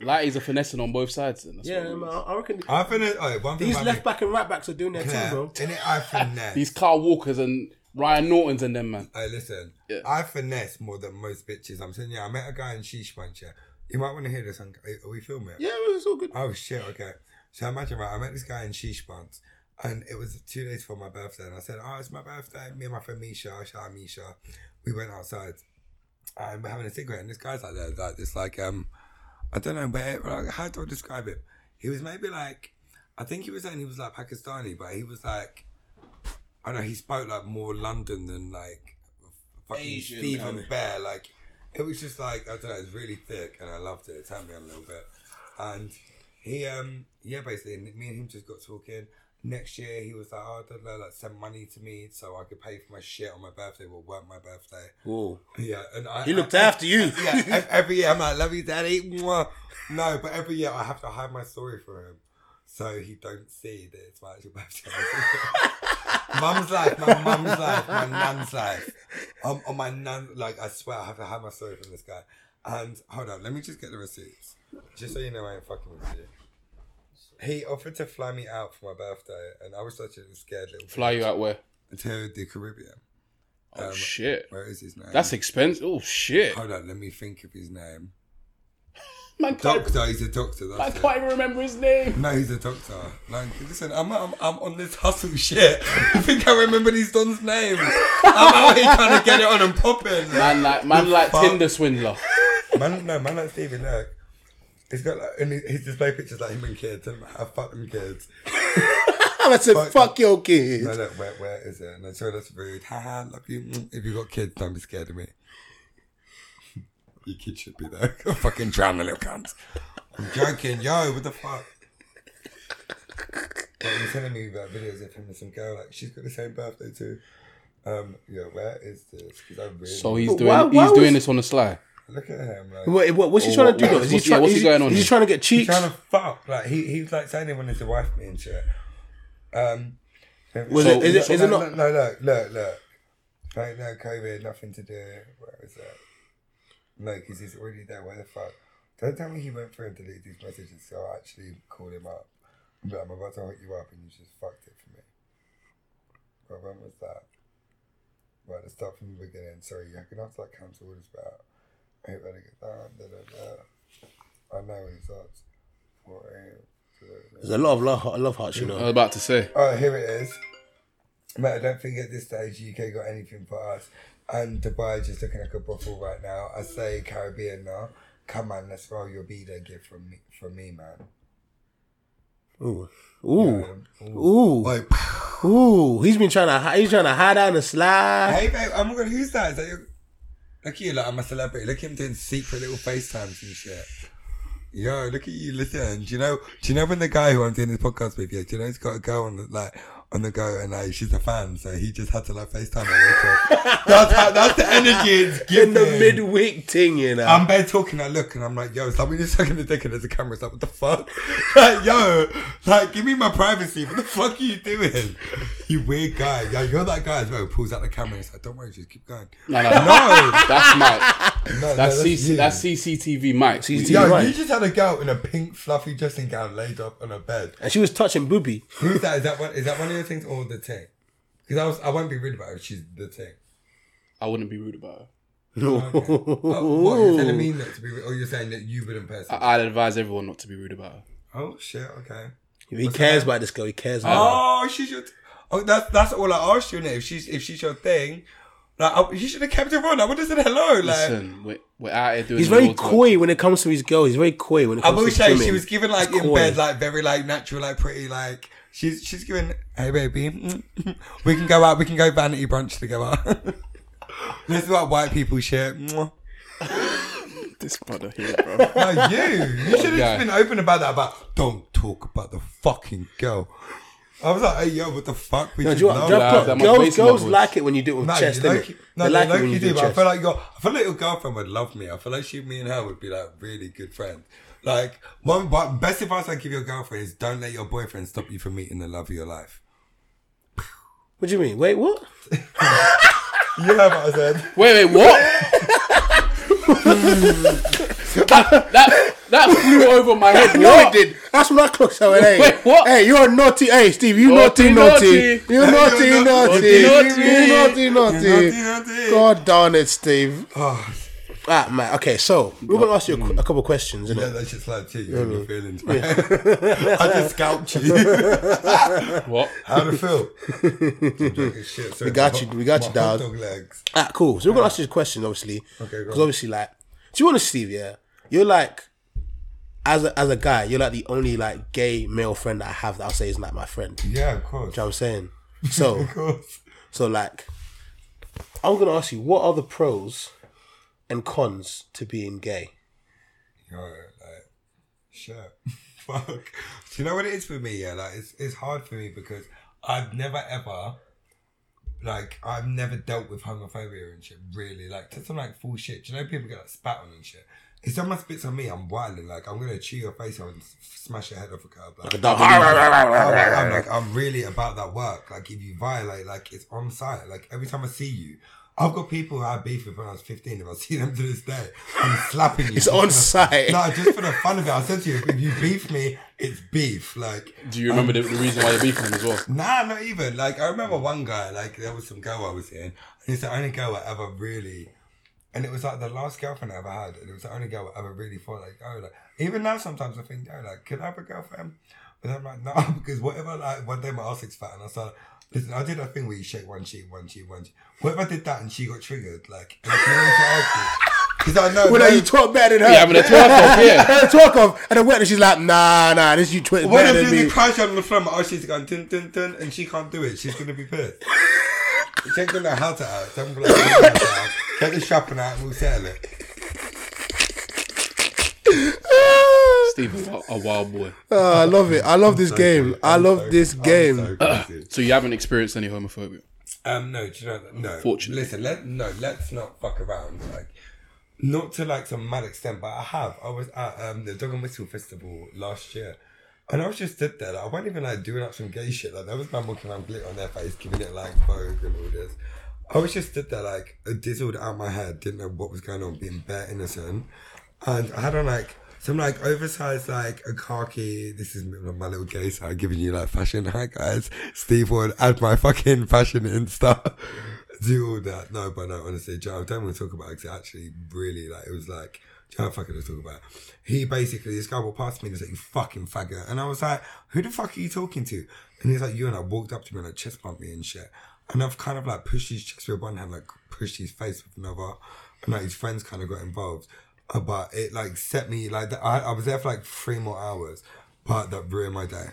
[SPEAKER 4] Lighty's a finessing on both sides. Then. That's what
[SPEAKER 6] Yeah,
[SPEAKER 4] it
[SPEAKER 6] man,
[SPEAKER 4] is.
[SPEAKER 6] I I reckon
[SPEAKER 5] I finna. Oh, one thing
[SPEAKER 6] these
[SPEAKER 5] about
[SPEAKER 6] left
[SPEAKER 5] me, [laughs]
[SPEAKER 6] back and right backs are doing their thing, bro.
[SPEAKER 5] And it, I finesse.
[SPEAKER 4] These Carl Walkers and Ryan Nortons and them man.
[SPEAKER 5] Hey, listen,
[SPEAKER 4] Yeah.
[SPEAKER 5] I finesse more than most bitches. I'm saying, yeah, I met a guy in Sheesh once, yeah. You might want to hear this. On, are we filming it?
[SPEAKER 6] Yeah, well, it's all good.
[SPEAKER 5] Oh shit, okay. So imagine right, I met this guy in Sheesh once and it was two days before my birthday and I said, Oh, it's my birthday. Me and my friend Misha, shout out Misha. We went outside and we're having a cigarette and this guy's like that, like this like um I don't know where like, how do I describe it? He was maybe like I think he was saying he was like Pakistani, but he was like I don't know, he spoke like more London than like fucking
[SPEAKER 6] Asian,
[SPEAKER 5] Stephen
[SPEAKER 6] um,
[SPEAKER 5] Bear. Like it was just like I don't know, it was really thick and I loved it. It turned me on a little bit. And he um yeah, basically me and him just got talking. Next year he was like, Oh, I don't know, like send money to me so I could pay for my shit on my birthday, well weren't my birthday.
[SPEAKER 6] Whoa.
[SPEAKER 5] Yeah, and I
[SPEAKER 6] He looked
[SPEAKER 5] I-
[SPEAKER 6] after you.
[SPEAKER 5] [laughs] yeah, ev- every year I'm like, love you, daddy. Mwah. No, but every year I have to hide my story from him so he don't see that it's my actual birthday. [laughs] mum's life, my mum's life, my nan's life. Um, on my nan, like I swear I have to hide my story from this guy. And hold on, let me just get the receipts, just so you know I ain't fucking with you. He offered to fly me out for my birthday, and I was such a scared little
[SPEAKER 4] Fly you out where?
[SPEAKER 5] to the Caribbean.
[SPEAKER 4] Oh
[SPEAKER 5] Um,
[SPEAKER 4] shit.
[SPEAKER 5] Where is his name?
[SPEAKER 4] That's expensive. Oh shit.
[SPEAKER 5] Hold on, let me think of his name.
[SPEAKER 4] Man can't,
[SPEAKER 5] Doctor, he's a doctor.
[SPEAKER 4] man
[SPEAKER 5] That's it.
[SPEAKER 4] can't even remember his name.
[SPEAKER 5] No, he's a doctor. Like, listen, I'm, I'm, I'm on this hustle shit. [laughs] I think I remember these dons' names. I'm out here trying to get it on and popping.
[SPEAKER 4] Man like man like
[SPEAKER 5] fuck?
[SPEAKER 4] Tinder swindler.
[SPEAKER 5] Man, no, man like Stevie, look. He's got like, and his- his display pictures like him and kids, and I fuck them kids.
[SPEAKER 6] I said,
[SPEAKER 5] Fuck.
[SPEAKER 6] fuck your kids.
[SPEAKER 5] No, look, where, where is it? And I'm sure that's rude. Haha, love you. Mm, If you got kids, don't be scared of me. Your kids should be [laughs] there. fucking drown the little cunts. I'm joking, yo, what the fuck? Like, you're telling me about videos of him and some girl, like, she's got the same birthday too. Um, yeah, where is this? Because I really.
[SPEAKER 4] So he's
[SPEAKER 6] But
[SPEAKER 4] doing
[SPEAKER 6] why- why
[SPEAKER 4] he's doing
[SPEAKER 6] was-
[SPEAKER 4] this on the sly.
[SPEAKER 5] Look at him. Like,
[SPEAKER 6] What, what, what's he
[SPEAKER 4] Or
[SPEAKER 6] trying
[SPEAKER 4] what-
[SPEAKER 6] to do though? Is he
[SPEAKER 4] what's- yeah,
[SPEAKER 6] trying?
[SPEAKER 4] what's he
[SPEAKER 6] is
[SPEAKER 4] going on
[SPEAKER 6] Is he
[SPEAKER 4] here?
[SPEAKER 6] trying to get
[SPEAKER 5] he's
[SPEAKER 6] cheeks?
[SPEAKER 5] trying to fuck. Like he, he's like saying he wanted to wife me and shit. Um,
[SPEAKER 6] Was
[SPEAKER 5] so-
[SPEAKER 6] it- is it- is it
[SPEAKER 5] no,
[SPEAKER 6] not-
[SPEAKER 5] No, no, look, look, look. Like no COVID, nothing to do. Where is that? No, because he's already there. Where the fuck? Don't tell me he went through and deleted these messages. So I actually called him up. I'm like, I'm about to hook you up, and you just fucked it for me. Well, when was that? Right, let's start from the beginning. Sorry, I can ask like cancel orders about. Hey, better get down. Da, da, da. I know what it's up. What am- da, da, da.
[SPEAKER 6] There's a lot of love, I love hearts, you
[SPEAKER 4] I
[SPEAKER 6] know.
[SPEAKER 4] was about to say.
[SPEAKER 5] Oh, here it is. Mate, I don't think at this stage UK got anything for us. And Dubai just looking like a brothel right now. I say Caribbean now. Come on, let's roll your B-Day gift from me, from me, man.
[SPEAKER 6] Ooh, ooh, ooh,
[SPEAKER 5] Like,
[SPEAKER 6] ooh. He's been trying to, hi- he's trying to hide out and slide.
[SPEAKER 5] hey, babe, I'm gonna who's that? Is that your... Look at you, like I'm a celebrity. Look at him doing secret little FaceTimes and shit. Yo, look at you, listen. Do you know? Do you know when the guy who I'm doing this podcast with? Yeah, do you know he's got a girl on the like on the go, and like she's a fan, so he just had to like FaceTime her. Real
[SPEAKER 6] [laughs]
[SPEAKER 5] quick. that's how, that's the energy it's
[SPEAKER 6] In
[SPEAKER 5] giving.
[SPEAKER 6] the midweek thing, you know.
[SPEAKER 5] I'm bare talking. I look and I'm like, yo, somebody just sucking the dick and there's a camera. It's like, what the fuck? [laughs] like, yo, like, give me my privacy. What the fuck are you doing? [laughs] You weird guy. Yo, you're that guy as well who pulls out the camera and it's like, don't worry, just keep going.
[SPEAKER 4] No, no, no.
[SPEAKER 5] No,
[SPEAKER 4] That's my.
[SPEAKER 5] no,
[SPEAKER 4] That's,
[SPEAKER 5] no,
[SPEAKER 4] CC,
[SPEAKER 5] you.
[SPEAKER 4] that's CCTV Mike.
[SPEAKER 6] CCTV.
[SPEAKER 5] Yo,
[SPEAKER 6] Right.
[SPEAKER 5] you just had a girl in a pink fluffy dressing gown laid up on a bed.
[SPEAKER 6] and she was touching [laughs] booby.
[SPEAKER 5] Who's that? Is that one? Is that one of your things or the thing? Because I was, I won't be rude about it. if She's the thing.
[SPEAKER 4] I wouldn't be rude about it.
[SPEAKER 5] Oh, what you're telling me not to be, rude, or you're saying that you wouldn't personally?
[SPEAKER 4] I- I'd advise everyone not to be rude about it.
[SPEAKER 5] oh shit. Okay.
[SPEAKER 6] He cares about this girl. He cares about. her.
[SPEAKER 5] Oh, she's your. oh, that's that's all I asked you. innit? If she's if she's your thing, like I, you should have kept it on. I would have said hello. Like
[SPEAKER 4] Listen, we're, we're out here doing.
[SPEAKER 6] He's
[SPEAKER 4] the
[SPEAKER 6] very
[SPEAKER 4] Lord's work.
[SPEAKER 6] coy when it comes to his girl. He's very coy when it
[SPEAKER 5] I
[SPEAKER 6] comes to
[SPEAKER 5] will
[SPEAKER 6] his
[SPEAKER 5] say,
[SPEAKER 6] women.
[SPEAKER 5] she was given like
[SPEAKER 6] He's
[SPEAKER 5] in
[SPEAKER 6] coy.
[SPEAKER 5] bed, like very like natural, like pretty, like she's she's given. Hey baby, [laughs] we can go out. We can go vanity brunch together. [laughs] this is what white people shit. Mwah.
[SPEAKER 4] This brother here, bro.
[SPEAKER 5] No, you.
[SPEAKER 6] [laughs]
[SPEAKER 5] You should
[SPEAKER 4] guy.
[SPEAKER 5] have just been open about that. About don't talk about the fucking girl. I was like, hey yo, what the fuck? We
[SPEAKER 6] No, do
[SPEAKER 5] just
[SPEAKER 6] you want,
[SPEAKER 5] love
[SPEAKER 6] do you
[SPEAKER 5] that.
[SPEAKER 6] want-
[SPEAKER 4] that might
[SPEAKER 6] girls,
[SPEAKER 4] waste
[SPEAKER 6] girls
[SPEAKER 4] levels.
[SPEAKER 6] like it when you do it with chest.
[SPEAKER 5] you
[SPEAKER 6] innit?
[SPEAKER 5] like it- no,
[SPEAKER 6] they
[SPEAKER 5] you
[SPEAKER 6] like it
[SPEAKER 5] like
[SPEAKER 6] when
[SPEAKER 5] you
[SPEAKER 6] you do
[SPEAKER 5] do,
[SPEAKER 6] it
[SPEAKER 5] but I
[SPEAKER 6] chest.
[SPEAKER 5] feel like your, I feel like your girlfriend would love me. I feel like she, me and her would be like really good friends. Like one, one best advice I give your girlfriend is don't let your boyfriend stop you from meeting the love of your life.
[SPEAKER 6] What do you mean? Wait,
[SPEAKER 5] [laughs]
[SPEAKER 6] what?
[SPEAKER 5] You heard what I said?
[SPEAKER 4] [laughs] Wait, wait, what? that, that that flew over my head.
[SPEAKER 6] No,
[SPEAKER 4] What?
[SPEAKER 6] it did. That's what I clocked. So, hey,
[SPEAKER 4] Wait, what?
[SPEAKER 6] Hey, you're naughty. Hey, Steve, you naughty,
[SPEAKER 4] Naughty,
[SPEAKER 6] naughty.
[SPEAKER 4] naughty.
[SPEAKER 6] You naughty,
[SPEAKER 5] You're
[SPEAKER 6] naughty.
[SPEAKER 4] naughty, naughty.
[SPEAKER 6] You naughty,
[SPEAKER 5] Naughty,
[SPEAKER 6] naughty.
[SPEAKER 5] naughty.
[SPEAKER 6] God darn it, Steve.
[SPEAKER 5] Oh,
[SPEAKER 6] Ah, man. Okay, so we're gonna ask you a, qu- a couple of questions,
[SPEAKER 5] [laughs] yeah,
[SPEAKER 6] innit?
[SPEAKER 5] that shit's like too. You hurt your feelings, man. [laughs] I just scalped you.
[SPEAKER 4] What?
[SPEAKER 5] How do
[SPEAKER 6] [laughs]
[SPEAKER 5] you feel? I'm joking, shit, sorry,
[SPEAKER 6] We got
[SPEAKER 5] my-
[SPEAKER 6] you- we got
[SPEAKER 5] my
[SPEAKER 6] you, dog.
[SPEAKER 5] hot Dog legs.
[SPEAKER 6] Ah, cool. So we're gonna ask you a question, obviously.
[SPEAKER 5] Okay, go
[SPEAKER 6] Because
[SPEAKER 5] on.
[SPEAKER 6] obviously, like, do you want to Steve? Yeah, you're like, as a, as a guy, you're like the only like gay male friend that I have that I'll say is not my friend. Do you
[SPEAKER 5] Yeah, of course.
[SPEAKER 6] know what I'm saying? [laughs] So.
[SPEAKER 5] Of course.
[SPEAKER 6] So like, I'm gonna ask you, what are the pros and cons to being gay?
[SPEAKER 5] Yo, like, shit. [laughs] Fuck. Do you know what it is for me? Yeah, like, it's, it's hard for me because I've never ever, like, I've never dealt with homophobia and shit, really. Like, that's some, like, full shit. Do you know people get, like, spat on and shit? If someone spits on me, I'm wilding. Like, I'm going to chew your face out and s- smash your head off a curb. Like, I'm like, I'm like, I'm really about that work. Like, if you violate, like, it's on site. Like, every time I see you, I've got people who I had beef with when I was 15. If I see them to this day, I'm
[SPEAKER 6] [laughs]
[SPEAKER 5] slapping you.
[SPEAKER 6] It's on site.
[SPEAKER 5] No, just for the fun of it. I said to you, if you beef me, it's beef. Like,
[SPEAKER 4] Do you remember the, the reason why you're beefing him as well?
[SPEAKER 5] Nah, not even. Like I remember one guy, like there was some girl I was in, and it's the only girl I ever really and it was like the last girlfriend I ever had, and it was the only girl I ever really thought like, oh like even now sometimes I think, oh like, could I have a girlfriend? But I'm like, no, [laughs] because whatever like one day my ass is fat and I started listen, I did that thing where you shake one cheek, one cheek, one cheek. What if I did that and she got triggered? Like because I know
[SPEAKER 6] Well,
[SPEAKER 5] no-
[SPEAKER 6] like, you talk better than her.
[SPEAKER 4] Yeah, having a twerk off, yeah.
[SPEAKER 6] Having a twerk off, and then wet, and she's like, nah, nah, this you twerk
[SPEAKER 5] What
[SPEAKER 6] better
[SPEAKER 5] if
[SPEAKER 6] than
[SPEAKER 5] there's a
[SPEAKER 6] me.
[SPEAKER 5] crash on the floor? My oh, she's going dun dun dun, and she can't do it. She's gonna be pissed. she ain't gonna know how to act. Don't be like, "How to act. get the shopping out, and we'll settle it.
[SPEAKER 4] Steve is a, a wild boy.
[SPEAKER 6] Oh, I love it. I love this game. I
[SPEAKER 5] I'm
[SPEAKER 6] love
[SPEAKER 5] so-
[SPEAKER 6] this
[SPEAKER 5] I'm
[SPEAKER 6] game. [clears throat]
[SPEAKER 5] so crazy.
[SPEAKER 4] So you haven't experienced any homophobia.
[SPEAKER 5] um, no, do you know that? No.
[SPEAKER 4] Unfortunately.
[SPEAKER 5] Listen, let no, let's not fuck around. Like, Not to like some mad extent, but I have. I was at um, the Dog and Whistle Festival last year. And I was just stood there. Like, I wasn't even like doing up some gay shit. Like there was man walking around glitter on their face, giving it like Vogue and all this. I was just stood there like dizzled out of my head, didn't know what was going on, being bare innocent. And I had on like some like oversized like a khaki. This is my little gay side giving you like fashion. Hi guys, Steve Ward add my fucking fashion insta. [laughs] Do all that. No, but no, honestly, Joe, I don't want to talk about it 'cause it actually really like it was like do you know what fucking I was talking about? He basically, this guy walked past me and he's like, you fucking faggot. And I was like, who the fuck are you talking to? And he's like, you and I walked up to me and like chest bumped me and shit. And I've kind of like pushed his chest with one hand, like pushed his face with another. And like his friends kind of got involved. Uh, But it like set me, like, I, I was there for like three more hours, but that ruined my day.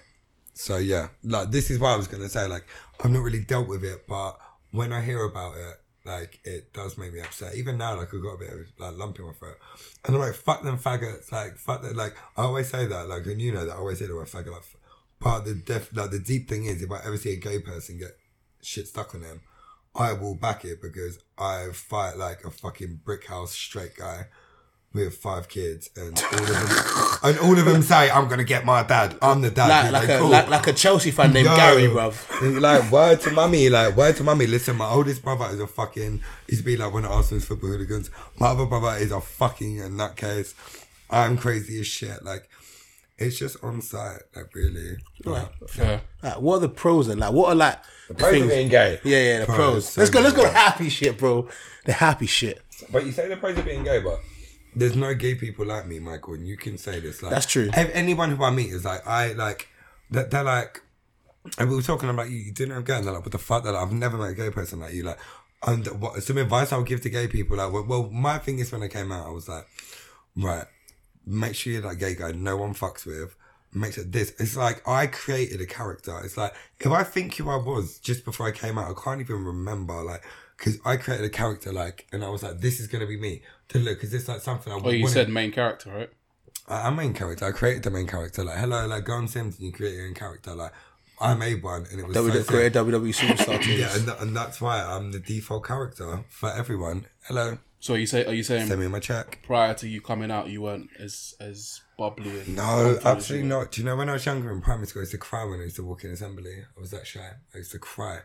[SPEAKER 5] So yeah, like this is what I was gonna say. Like I've not really dealt with it, but when I hear about it, like it does make me upset. Even now, like I've got a bit of like lump in my throat, and I'm like, fuck them faggots. Like fuck that. Like I always say that. Like and you know that I always say the word faggot. Like, f- but the def- like the deep thing is, if I ever see a gay person get shit stuck on them, I will back it because I fight like a fucking brick house straight guy with five kids, and all
[SPEAKER 6] [laughs]
[SPEAKER 5] of them, and all of them say, "I'm gonna get my dad. I'm the dad."
[SPEAKER 6] Like, like,
[SPEAKER 5] You're
[SPEAKER 6] a,
[SPEAKER 5] cool.
[SPEAKER 6] like, like a Chelsea fan named
[SPEAKER 5] Yo.
[SPEAKER 6] Gary, bruv.
[SPEAKER 5] And like word to mummy, like word to mummy. Listen, my oldest brother is a fucking. He's been like one of Arsenal's football hooligans. My other brother is a fucking in that case. I'm crazy as shit. Like it's just on site. Like really. Like,
[SPEAKER 4] Yeah.
[SPEAKER 6] Like, what are the pros and like what are like the things?
[SPEAKER 5] gay.
[SPEAKER 6] Yeah, yeah, the
[SPEAKER 5] Pros,
[SPEAKER 6] pros.
[SPEAKER 5] so
[SPEAKER 6] Let's go, let's go.
[SPEAKER 5] good.
[SPEAKER 6] Happy shit, bro. The happy shit.
[SPEAKER 5] But you say the praise of being gay, but there's no gay people like me, Michael, and you can say this. Like
[SPEAKER 6] That's true.
[SPEAKER 5] Ev- anyone who I meet is like, I like that. They're like, and we were talking about you. You didn't know I'm gay, and they're like, what the fuck? That like, I've never met a gay person like you. Like, and what some advice I would give to gay people, like, well, well, my thing is when I came out, I was like, right, make sure you're that gay guy no one fucks with. Make sure this. It's like I created a character. It's like if I think who I was just before I came out, I can't even remember. Like because I created a character, like, and I was like, this is gonna be me. To look, because it's like something I
[SPEAKER 4] Well, Oh, you
[SPEAKER 5] wanted-
[SPEAKER 4] said main character, right?
[SPEAKER 5] I, I'm main character. I created the main character. Like, hello, like, go on Sims and you create your own character. Like, I made one, and it was
[SPEAKER 6] That we
[SPEAKER 5] so
[SPEAKER 6] just
[SPEAKER 5] sick.
[SPEAKER 6] created WWE superstar teams.
[SPEAKER 5] Yeah, and, tha- and that's why I'm the default character for everyone. Hello,
[SPEAKER 4] So you say, are you saying
[SPEAKER 5] send me my check.
[SPEAKER 4] prior to you coming out, you weren't as as bubbly? And
[SPEAKER 5] No,
[SPEAKER 4] confident as
[SPEAKER 5] absolutely
[SPEAKER 4] you were?
[SPEAKER 5] not. Do you know when I was younger in primary school, I used to cry when I used to walk in assembly. I was that shy. I used to cry.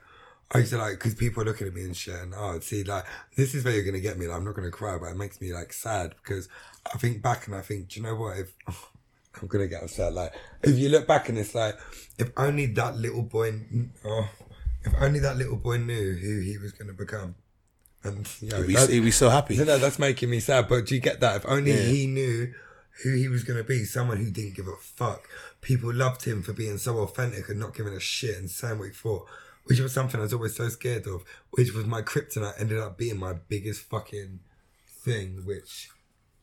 [SPEAKER 5] I used to like because people are looking at me and shit, and oh, see, like this is where you're gonna get me. Like, I'm not gonna cry, but it makes me like sad because I think back and I think, do you know what? If [laughs] I'm gonna get upset, like if you look back and it's like, if only that little boy, oh, if only that little boy knew who he was gonna become, and you know,
[SPEAKER 6] We,
[SPEAKER 5] that-
[SPEAKER 6] we so happy.
[SPEAKER 5] no, no, that's making me sad. But do you get that? If only he knew who he was going to be, someone who didn't give a fuck. People loved him for being so authentic and not giving a shit and saying what he thought, which was something I was always so scared of, which was my kryptonite ended up being my biggest fucking thing, which.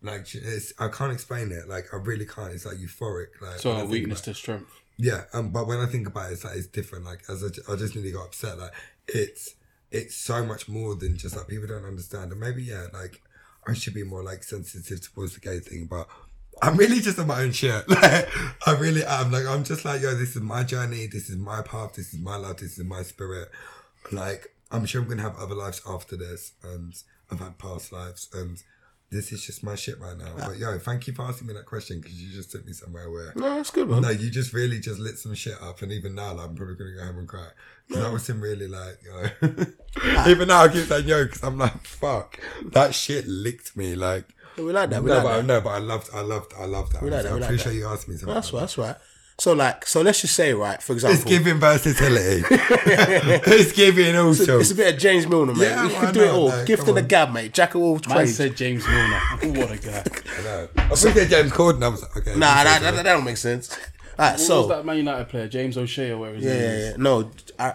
[SPEAKER 5] Like it's, I can't explain it. Like I really can't. It's like euphoric. Like
[SPEAKER 4] So
[SPEAKER 5] when I
[SPEAKER 4] a
[SPEAKER 5] think
[SPEAKER 4] weakness
[SPEAKER 5] about-
[SPEAKER 4] to strength.
[SPEAKER 5] yeah, um, but when I think about it, it's like it's different. Like as I, ju- I just nearly got upset. Like it's it's so much more than just like people don't understand. And maybe yeah, like I should be more like sensitive towards the gay thing, but I'm really just on my own shit. [laughs] Like I really am. Like I'm just like yo, this is my journey. This is my path. This is my life. This is my spirit. Like I'm sure I'm gonna have other lives after this, and I've had past lives and. This is just my shit right now. But yo, thank you for asking me that question because you just took me somewhere where
[SPEAKER 6] No, that's good, man.
[SPEAKER 5] no, you just really just lit some shit up, and even now, like, I'm probably gonna go home and cry. 'Cause that was him really like,
[SPEAKER 6] [laughs]
[SPEAKER 5] yo. even now, I keep saying yo, because I'm like, fuck, that shit licked me. Like,
[SPEAKER 6] we like that. We
[SPEAKER 5] no,
[SPEAKER 6] like
[SPEAKER 5] but
[SPEAKER 6] that.
[SPEAKER 5] no, but I loved, I loved, I loved that.
[SPEAKER 6] like
[SPEAKER 5] So
[SPEAKER 6] that, we
[SPEAKER 5] I
[SPEAKER 6] like
[SPEAKER 5] appreciate
[SPEAKER 6] that.
[SPEAKER 5] you asking me. Something
[SPEAKER 6] That's right.
[SPEAKER 5] like
[SPEAKER 6] That's right. So like, so let's just say, right? For
[SPEAKER 5] that. It's
[SPEAKER 6] example, [laughs]
[SPEAKER 5] giving versatility. it's giving also.
[SPEAKER 6] it's a bit of James Milner, mate.
[SPEAKER 5] Yeah,
[SPEAKER 6] we
[SPEAKER 5] I
[SPEAKER 6] can do it
[SPEAKER 5] know,
[SPEAKER 6] all.
[SPEAKER 5] like,
[SPEAKER 6] Gift
[SPEAKER 5] come
[SPEAKER 6] of the
[SPEAKER 5] on.
[SPEAKER 6] gab, mate. Jack of all
[SPEAKER 4] I
[SPEAKER 6] trades.
[SPEAKER 4] said James Milner. Oh,
[SPEAKER 6] [laughs]
[SPEAKER 4] what a guy.
[SPEAKER 5] I know. I appreciate James Corden. I was like, okay.
[SPEAKER 6] Nah, that, that, that don't make sense. All right,
[SPEAKER 4] What
[SPEAKER 6] so
[SPEAKER 4] was that Man United player, James O'Shea, or where his
[SPEAKER 6] yeah,
[SPEAKER 4] name
[SPEAKER 6] yeah,
[SPEAKER 4] is?
[SPEAKER 6] yeah. no, I,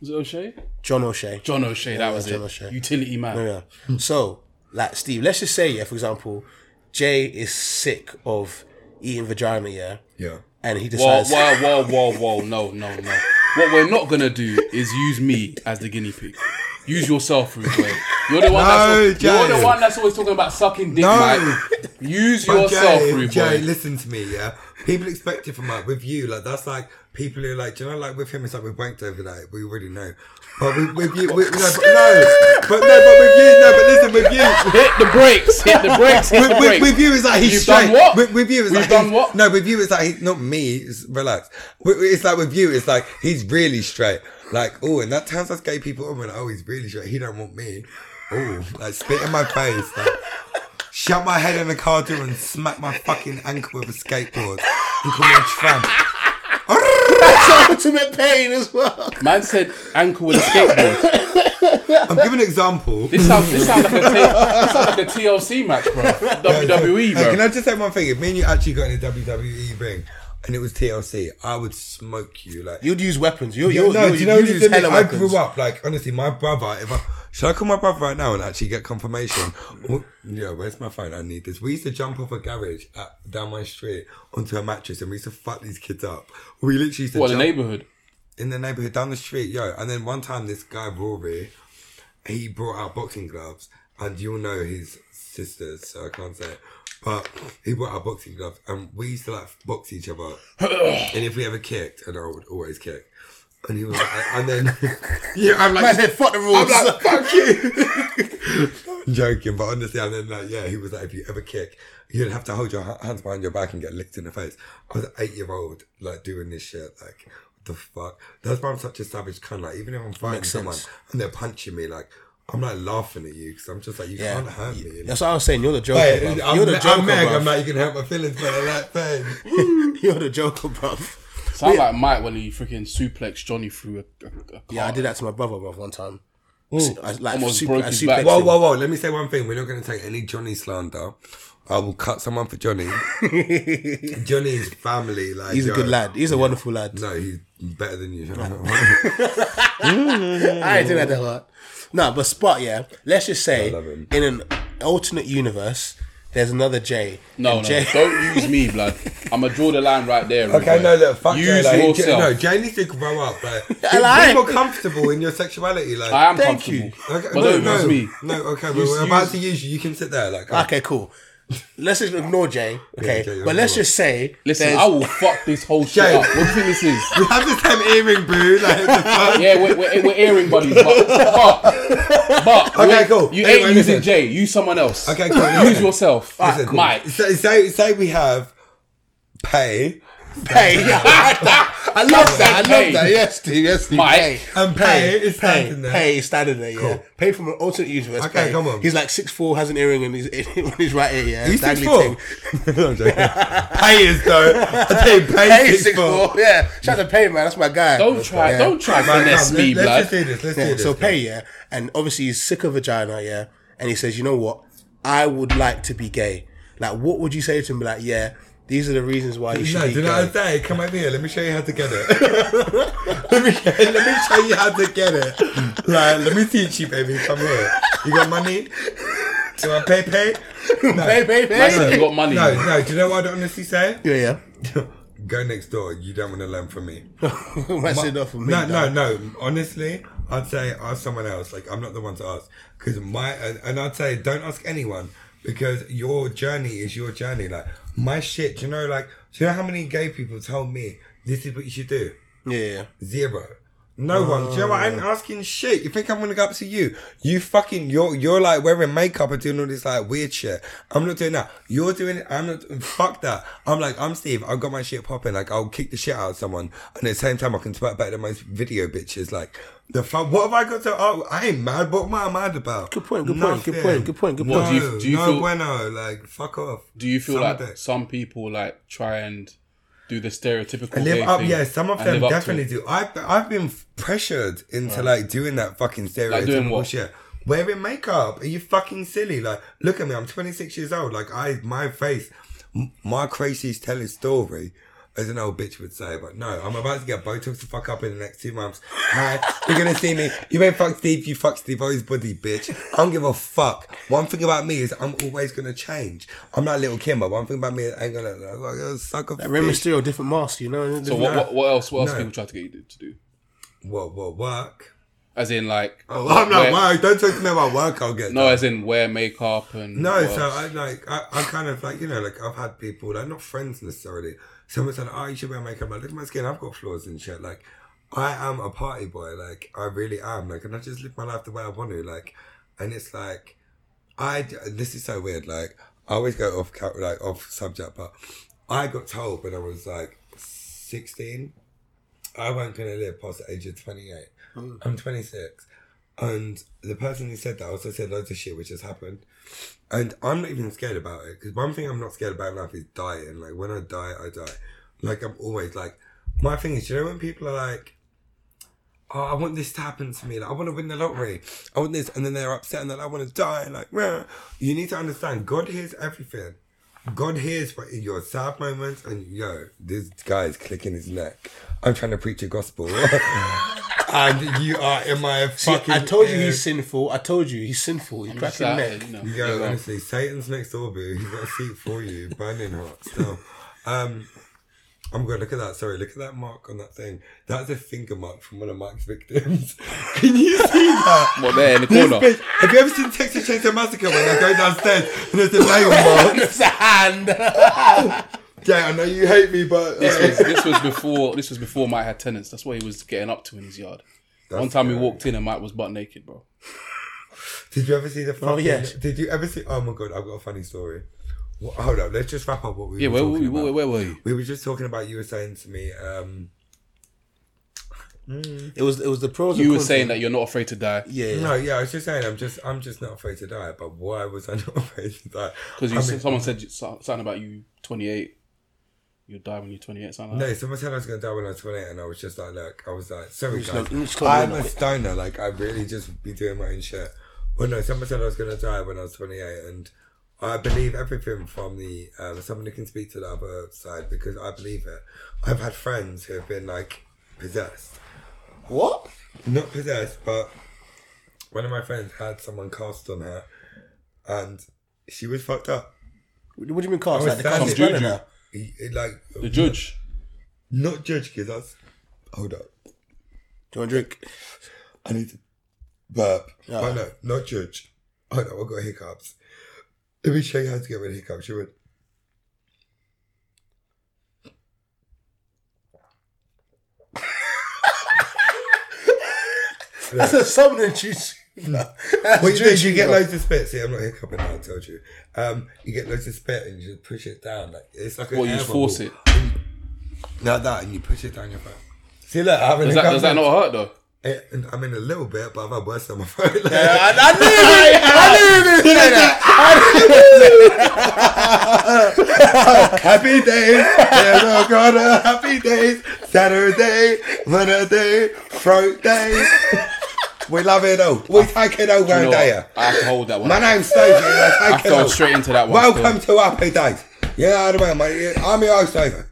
[SPEAKER 4] Was it O'Shea?
[SPEAKER 6] John O'Shea.
[SPEAKER 4] John Hmm. O'Shea, that was
[SPEAKER 6] yeah, John
[SPEAKER 4] it.
[SPEAKER 6] O'Shea.
[SPEAKER 4] Utility man.
[SPEAKER 6] Yeah. so, like Steve, let's just say, yeah, for example, Jay is sick of eating vagina, yeah,
[SPEAKER 5] Yeah.
[SPEAKER 6] and he
[SPEAKER 4] Whoa,
[SPEAKER 6] decides.
[SPEAKER 4] [laughs] whoa, whoa, whoa, whoa. No, no, no. What we're not going to do is use me as the guinea pig. Use yourself, Rude Boy. You're the one,
[SPEAKER 5] No,
[SPEAKER 4] that's, al- you're
[SPEAKER 5] Jay.
[SPEAKER 4] the one that's always talking about sucking dick,
[SPEAKER 5] No.
[SPEAKER 4] Mike. Use
[SPEAKER 5] But
[SPEAKER 4] yourself,
[SPEAKER 5] Jay,
[SPEAKER 4] Rude
[SPEAKER 5] Jay,
[SPEAKER 4] Boy.
[SPEAKER 5] listen to me, yeah. People expect it from like with you, like that's like people who are like, do you know, like with him, it's like we wanked over that. We already know, but with, with you, with, no, but no, but no, but with you, no, but listen, with you,
[SPEAKER 4] Hit the brakes. Hit the brakes. Hit the
[SPEAKER 5] with, with,
[SPEAKER 4] brakes.
[SPEAKER 5] with you, it's like he's
[SPEAKER 4] You've
[SPEAKER 5] straight.
[SPEAKER 4] done what?
[SPEAKER 5] With, with you, it's
[SPEAKER 4] We've
[SPEAKER 5] like
[SPEAKER 4] done
[SPEAKER 5] he's-
[SPEAKER 4] what?
[SPEAKER 5] No, with you, it's like he, not me. It's, relax. With- It's like with you, it's like he's really straight. Like oh, and that turns us gay people on. When oh, he's really straight. He don't want me. Oh, like spit in my face. Like, shut my head in the car door and smack my fucking ankle with a skateboard and call me a tramp.
[SPEAKER 1] Ultimate pain as well.
[SPEAKER 4] Man said ankle with a skateboard.
[SPEAKER 5] I'm giving an example.
[SPEAKER 4] This sounds, this sounds, like, a t- this sounds like a TLC match, bro. WWE,
[SPEAKER 5] Hey,
[SPEAKER 4] bro.
[SPEAKER 5] Can I just say one thing? If me and you actually got in a WWE ring and it was TLC, I would smoke you. Like
[SPEAKER 6] You'd use weapons. You,
[SPEAKER 5] Yeah,
[SPEAKER 6] you,
[SPEAKER 5] no,
[SPEAKER 6] you,
[SPEAKER 5] do you know
[SPEAKER 6] you
[SPEAKER 5] what
[SPEAKER 6] use
[SPEAKER 5] it is?
[SPEAKER 6] hella
[SPEAKER 5] I
[SPEAKER 6] weapons.
[SPEAKER 5] grew up like honestly, my brother. If I should I call my brother right now and actually get confirmation? Oh, yeah, where's my phone? I need this. We used to jump off a garage at, down my street onto a mattress, and we used to fuck these kids up. We literally used to
[SPEAKER 4] What, the
[SPEAKER 5] jump
[SPEAKER 4] neighborhood?
[SPEAKER 5] in the neighborhood down the street, yo. And then one time, this guy Rory, he brought out boxing gloves, and you'll know his sisters, so I can't say. It. But he brought out boxing gloves, and we used to like box each other. and if we ever kicked, and I would always kick. And he was like, and then yeah, I'm like,
[SPEAKER 6] Man said, "Fuck the
[SPEAKER 5] I'm
[SPEAKER 6] rules."
[SPEAKER 5] [laughs] like, fuck you. I'm [laughs] joking, but honestly, and then like, yeah, he was like, if you ever kick, you'll have to hold your ha- hands behind your back and get licked in the face. I was an eight year old, like doing this shit, like. what The fuck? That's why I'm such a savage cunt. Like, even if I'm fighting someone and they're punching me, like, I'm like laughing at you because I'm just like, you
[SPEAKER 6] Yeah.
[SPEAKER 5] can't hurt me. you know?
[SPEAKER 6] That's what I was saying. You're the joker.
[SPEAKER 5] Hey,
[SPEAKER 6] bruv.
[SPEAKER 5] I'm,
[SPEAKER 6] You're the
[SPEAKER 5] I'm
[SPEAKER 6] joker.
[SPEAKER 5] Meg.
[SPEAKER 6] bruv.
[SPEAKER 5] I'm like, you can hurt my feelings, but I like pain. [laughs]
[SPEAKER 6] You're the joker, bruv.
[SPEAKER 4] Sound like Mike when he freaking suplexed Johnny through a, a, a
[SPEAKER 6] Yeah, I did that to my brother, bruv, one time. I, like,
[SPEAKER 4] Almost
[SPEAKER 6] super,
[SPEAKER 4] broke
[SPEAKER 6] I
[SPEAKER 4] his
[SPEAKER 6] suplexed
[SPEAKER 4] back.
[SPEAKER 6] him.
[SPEAKER 5] Whoa, whoa, whoa. Let me say one thing. We're not going to take any Johnny slander. I will cut someone for Johnny.
[SPEAKER 6] [laughs]
[SPEAKER 5] Johnny's family, like
[SPEAKER 6] He's a
[SPEAKER 5] yo,
[SPEAKER 6] good lad. He's a wonderful lad.
[SPEAKER 5] No, he's better than you.
[SPEAKER 6] I ain't doing that that hard. No, but Spot, yeah. Let's just say,
[SPEAKER 5] I love him.
[SPEAKER 6] in an alternate universe, there's another Jay.
[SPEAKER 4] No,
[SPEAKER 6] And
[SPEAKER 4] no,
[SPEAKER 6] Jay-
[SPEAKER 4] don't use me, blood. I'm gonna draw the line right there.
[SPEAKER 5] [laughs] okay,
[SPEAKER 4] Ruben.
[SPEAKER 5] no, look, fuck
[SPEAKER 4] use
[SPEAKER 5] Jay. Like, Jay-
[SPEAKER 4] yourself.
[SPEAKER 5] no, Jay needs to grow
[SPEAKER 6] [laughs]
[SPEAKER 5] up. Like, be,
[SPEAKER 6] like-
[SPEAKER 5] be more comfortable in your sexuality. Like,
[SPEAKER 4] I am
[SPEAKER 6] Thank
[SPEAKER 4] comfortable,
[SPEAKER 6] you.
[SPEAKER 5] Okay,
[SPEAKER 4] but
[SPEAKER 5] no,
[SPEAKER 4] don't
[SPEAKER 5] no,
[SPEAKER 4] use me.
[SPEAKER 5] No, okay, but we're about to use you. You can sit there. [laughs] Like,
[SPEAKER 6] [laughs] Okay, cool. Let's just ignore Jay, okay?
[SPEAKER 5] Jay,
[SPEAKER 6] but let's
[SPEAKER 5] ignore.
[SPEAKER 6] just say,
[SPEAKER 4] Listen,
[SPEAKER 6] there's-
[SPEAKER 4] I will fuck this whole shit
[SPEAKER 5] Jay.
[SPEAKER 4] up. What do you think this
[SPEAKER 5] [laughs]
[SPEAKER 4] is?
[SPEAKER 5] we have the same earring, boo. Like, the fuck?
[SPEAKER 4] Yeah, we're, we're, we're earring buddies, but but, but
[SPEAKER 5] [laughs] Okay,
[SPEAKER 4] we-
[SPEAKER 5] cool.
[SPEAKER 4] You
[SPEAKER 5] Anyway,
[SPEAKER 4] ain't using
[SPEAKER 5] listen.
[SPEAKER 4] Jay. Use someone else.
[SPEAKER 5] Okay, cool.
[SPEAKER 4] Use
[SPEAKER 5] listen.
[SPEAKER 4] yourself,
[SPEAKER 5] Listen,
[SPEAKER 4] Mike.
[SPEAKER 5] Say, say, say we have pay.
[SPEAKER 6] Pay. I love that. I
[SPEAKER 4] Pay.
[SPEAKER 6] love that. Yes, Steve. Yes, Steve.
[SPEAKER 4] Mike.
[SPEAKER 6] Pay.
[SPEAKER 5] And Pay is standing there.
[SPEAKER 6] Pay is standing there, yeah.
[SPEAKER 5] Cool.
[SPEAKER 6] Pay from an alternate universe.
[SPEAKER 5] Okay,
[SPEAKER 6] Pay.
[SPEAKER 5] come on.
[SPEAKER 6] He's like six four, has an earring in his, [laughs] in his right ear, yeah.
[SPEAKER 5] He's
[SPEAKER 6] Dangly
[SPEAKER 5] six four.
[SPEAKER 6] thing.
[SPEAKER 5] [laughs] I'm joking. Pay is though. I tell you, pay,
[SPEAKER 6] Pay
[SPEAKER 5] is
[SPEAKER 6] six four. Yeah. Shout out to Pay, man. That's my guy.
[SPEAKER 4] Don't try.
[SPEAKER 6] Yeah.
[SPEAKER 4] Don't try
[SPEAKER 5] Right,
[SPEAKER 4] finesse
[SPEAKER 5] come,
[SPEAKER 4] me,
[SPEAKER 5] let, us just
[SPEAKER 4] blood.
[SPEAKER 5] do this. Let's
[SPEAKER 6] Yeah,
[SPEAKER 5] do this.
[SPEAKER 6] so
[SPEAKER 5] come.
[SPEAKER 6] Pay, yeah. And obviously he's sick of vagina, yeah. And he says, you know what? I would like to be gay. Like, what would you say to him? Be like, yeah, these are the reasons why you should
[SPEAKER 5] No,
[SPEAKER 6] be
[SPEAKER 5] do you know what
[SPEAKER 6] gay.
[SPEAKER 5] I'm saying? Come over here. Let me show you how to get it. [laughs] let, me, let me show you how to get it. Like, let me teach you, baby. Come here. You got money? Do I pay pay? No.
[SPEAKER 6] Pay, pay, pay.
[SPEAKER 4] Like, you got money.
[SPEAKER 5] No, no. Do you know what I'd honestly say?
[SPEAKER 6] Yeah, [laughs] yeah.
[SPEAKER 5] Go next door. You don't want to learn from me.
[SPEAKER 6] [laughs] That's enough for me.
[SPEAKER 5] No,
[SPEAKER 6] No,
[SPEAKER 5] no, no. Honestly, I'd say ask someone else. Like I'm not the one to ask because my and, and I'd say don't ask anyone because your journey is your journey. Like my shit. Do you know? Like do you know how many gay people told me this is what you should do?
[SPEAKER 6] Yeah, yeah.
[SPEAKER 5] Zero. No one. Do you know what? I ain't
[SPEAKER 6] Oh.
[SPEAKER 5] asking shit. You think I'm gonna go up to you? You fucking you're you're like wearing makeup and doing all this like weird shit. I'm not doing that. You're doing it. I'm not. [laughs] Fuck that. I'm like I'm Steve. I've got my shit popping. Like I'll kick the shit out of someone, and at the same time I can twerk better than most video bitches. Like the fuck. What have I got to? Oh, I ain't mad. What am I mad about?
[SPEAKER 6] Good point, good point, good
[SPEAKER 5] Nothing.
[SPEAKER 6] point, good point, good
[SPEAKER 5] No,
[SPEAKER 6] point.
[SPEAKER 4] What, do you- do you
[SPEAKER 5] no
[SPEAKER 4] feel-
[SPEAKER 5] bueno. Like fuck off.
[SPEAKER 4] Do you feel
[SPEAKER 5] Some
[SPEAKER 4] like
[SPEAKER 5] of it.
[SPEAKER 4] some people like try and do the stereotypical
[SPEAKER 5] And live
[SPEAKER 4] gay
[SPEAKER 5] up,
[SPEAKER 4] thing
[SPEAKER 5] yeah. Some of
[SPEAKER 4] and
[SPEAKER 5] them
[SPEAKER 4] live up to
[SPEAKER 5] definitely
[SPEAKER 4] it?
[SPEAKER 5] do. I've I've been f- pressured into like doing that fucking
[SPEAKER 4] Like doing
[SPEAKER 5] stereotypical
[SPEAKER 4] what?
[SPEAKER 5] shit. Wearing makeup? Are you fucking silly? Like, look at me. I'm 26 years old. Like, I my face, m- my crazy's telling story. As an old bitch would say, but no, I'm about to get Botox to fuck up in the next two months. Hi, you're gonna see me. You ain't fuck Steve, you fuck Steve O's body, bitch. I don't give a fuck. One thing about me is I'm always gonna change. I'm not little Kimber. One thing about me is I ain't gonna, I'm gonna suck a
[SPEAKER 6] Rey
[SPEAKER 5] bitch.
[SPEAKER 6] Mysterio, different mask, you know?
[SPEAKER 4] So what, what? What else? What else
[SPEAKER 5] No.
[SPEAKER 4] people try to get you to do?
[SPEAKER 5] What, what, work?
[SPEAKER 4] As in, like,
[SPEAKER 5] Oh, I'm
[SPEAKER 4] Wait.
[SPEAKER 5] like, wow, don't talk to me about work I'll get.
[SPEAKER 4] no,
[SPEAKER 5] done.
[SPEAKER 4] as in wear makeup and.
[SPEAKER 5] No,
[SPEAKER 4] what
[SPEAKER 5] so
[SPEAKER 4] else.
[SPEAKER 5] I like I, I kind of like you know like I've had people like not friends necessarily. Someone said, "Oh, you should wear makeup." I'm Like, look at my skin. I've got flaws and shit. Like, I am a party boy. Like, I really am. Like, and I just live my life the way I want to. Like, and it's like, I d- this is so weird. Like, I always go off cap- like off subject, but I got told when I was like sixteen, I wasn't gonna live past the age of twenty eight. I'm twenty six. And the person who said that also said loads of shit which has happened. And I'm not even scared about it because one thing I'm not scared about in life is dying. Like when I die, I die. Like I'm always like, my thing is, you know, when people are like, "Oh, I want this to happen to me. Like I want to win the lottery. I want this," and then they're upset and then I want to die. Like, meh. you need to understand, God hears everything. God hears what in your sad moments and yo, this guy is clicking his neck. I'm trying to preach a gospel, [laughs] and you are in my
[SPEAKER 6] See,
[SPEAKER 5] fucking.
[SPEAKER 6] I told you
[SPEAKER 5] ear.
[SPEAKER 6] he's sinful. I told you he's sinful. He's
[SPEAKER 4] Just
[SPEAKER 6] cracking
[SPEAKER 4] that,
[SPEAKER 6] neck.
[SPEAKER 4] you know,
[SPEAKER 5] You
[SPEAKER 4] yeah,
[SPEAKER 5] go,
[SPEAKER 4] well,
[SPEAKER 5] honestly, Satan's next door, boo. He's got a seat for you, burning hot. So, um, I'm going to look at that. Sorry, look at that mark on that thing. That's a finger mark from one of Mike's victims. Can you see that?
[SPEAKER 4] Well, there in the
[SPEAKER 5] This
[SPEAKER 4] corner.
[SPEAKER 5] bitch- Have you ever seen Texas Chainsaw Massacre when they go downstairs and there's a nail mark?
[SPEAKER 1] It's a hand.
[SPEAKER 5] Yeah, I know you hate me, but uh,
[SPEAKER 4] this was this was before this was before Mike had tenants. That's what he was getting up to in his yard. [laughs] One time we
[SPEAKER 5] scary.
[SPEAKER 4] walked in and Mike was butt naked, bro.
[SPEAKER 5] Did you ever see the? Fucking,
[SPEAKER 6] yeah.
[SPEAKER 5] Did you ever see? Oh my god, I've got a funny story. Wha- hold up, let's just wrap up what we
[SPEAKER 4] Yeah,
[SPEAKER 5] were
[SPEAKER 4] where,
[SPEAKER 5] talking
[SPEAKER 4] where,
[SPEAKER 5] about.
[SPEAKER 4] where, where were you?
[SPEAKER 5] we were just talking about you were saying to me. um
[SPEAKER 6] It was it was the pros. and
[SPEAKER 4] You were
[SPEAKER 6] cons.
[SPEAKER 4] saying that you're not afraid to die because
[SPEAKER 6] yeah.
[SPEAKER 5] No, yeah, I was just saying, I'm just, I'm just not afraid to die. But why was I [laughs] not afraid to die?
[SPEAKER 4] you
[SPEAKER 5] I
[SPEAKER 4] said-
[SPEAKER 5] mean-
[SPEAKER 4] someone said you- so- something about you 28. You'll die when you're 28. Something like
[SPEAKER 5] No, someone said I was gonna die when I was 28, and I was just like, look, I was like, sorry
[SPEAKER 6] Just look-
[SPEAKER 5] guys,
[SPEAKER 6] just look
[SPEAKER 5] I'm
[SPEAKER 6] at
[SPEAKER 5] a
[SPEAKER 6] that.
[SPEAKER 5] stoner. Like, I really just be doing my own shit. Well, no, someone said I was gonna die when I was 28, and I believe everything from the um, someone who can speak to the other side because I believe it. I've had friends who have been like possessed.
[SPEAKER 6] What?
[SPEAKER 5] not possessed, but one of my friends had someone cast on her, and she was fucked up.
[SPEAKER 6] What do you mean cast?
[SPEAKER 5] I
[SPEAKER 6] Like
[SPEAKER 5] was
[SPEAKER 6] the cast
[SPEAKER 5] standing-
[SPEAKER 6] spanner now.
[SPEAKER 5] He- he, like
[SPEAKER 4] that. The judge.
[SPEAKER 5] not judge because that's hold up.
[SPEAKER 6] Do you want a drink?
[SPEAKER 5] I need to burp. Oh no, not judge. Oh no, I got hiccups. Let me show you how to get rid of hiccups. She went.
[SPEAKER 6] That's a summoning juice. [laughs]
[SPEAKER 5] What you do is you get loads of spit. See, I'm not hiccuping now, I told you. Um, you get loads of spit and you just push it down. Like it's like a
[SPEAKER 4] What you just force it.
[SPEAKER 5] Like that, and you push it down your throat. See, look, I haven't
[SPEAKER 4] Does that, does that not hurt though?
[SPEAKER 5] Eh, and I mean, a little bit, but I've had worse on [laughs] my throat. Like,
[SPEAKER 6] I, I knew
[SPEAKER 5] [laughs]
[SPEAKER 6] it. I knew you were gonna say that.
[SPEAKER 5] [laughs] Happy days, there's no gonna happy days. Saturday, Monday, throat day. We love it all. We take it all
[SPEAKER 4] You know
[SPEAKER 5] round
[SPEAKER 4] what?
[SPEAKER 5] here.
[SPEAKER 4] I have to hold that one.
[SPEAKER 5] My name's Sophie. and I
[SPEAKER 4] I
[SPEAKER 5] take it all.
[SPEAKER 4] fell straight into that one.
[SPEAKER 5] Welcome to Happy Days. Yeah, I don't know, mate. I'm your host,
[SPEAKER 6] [laughs]
[SPEAKER 5] Sophie.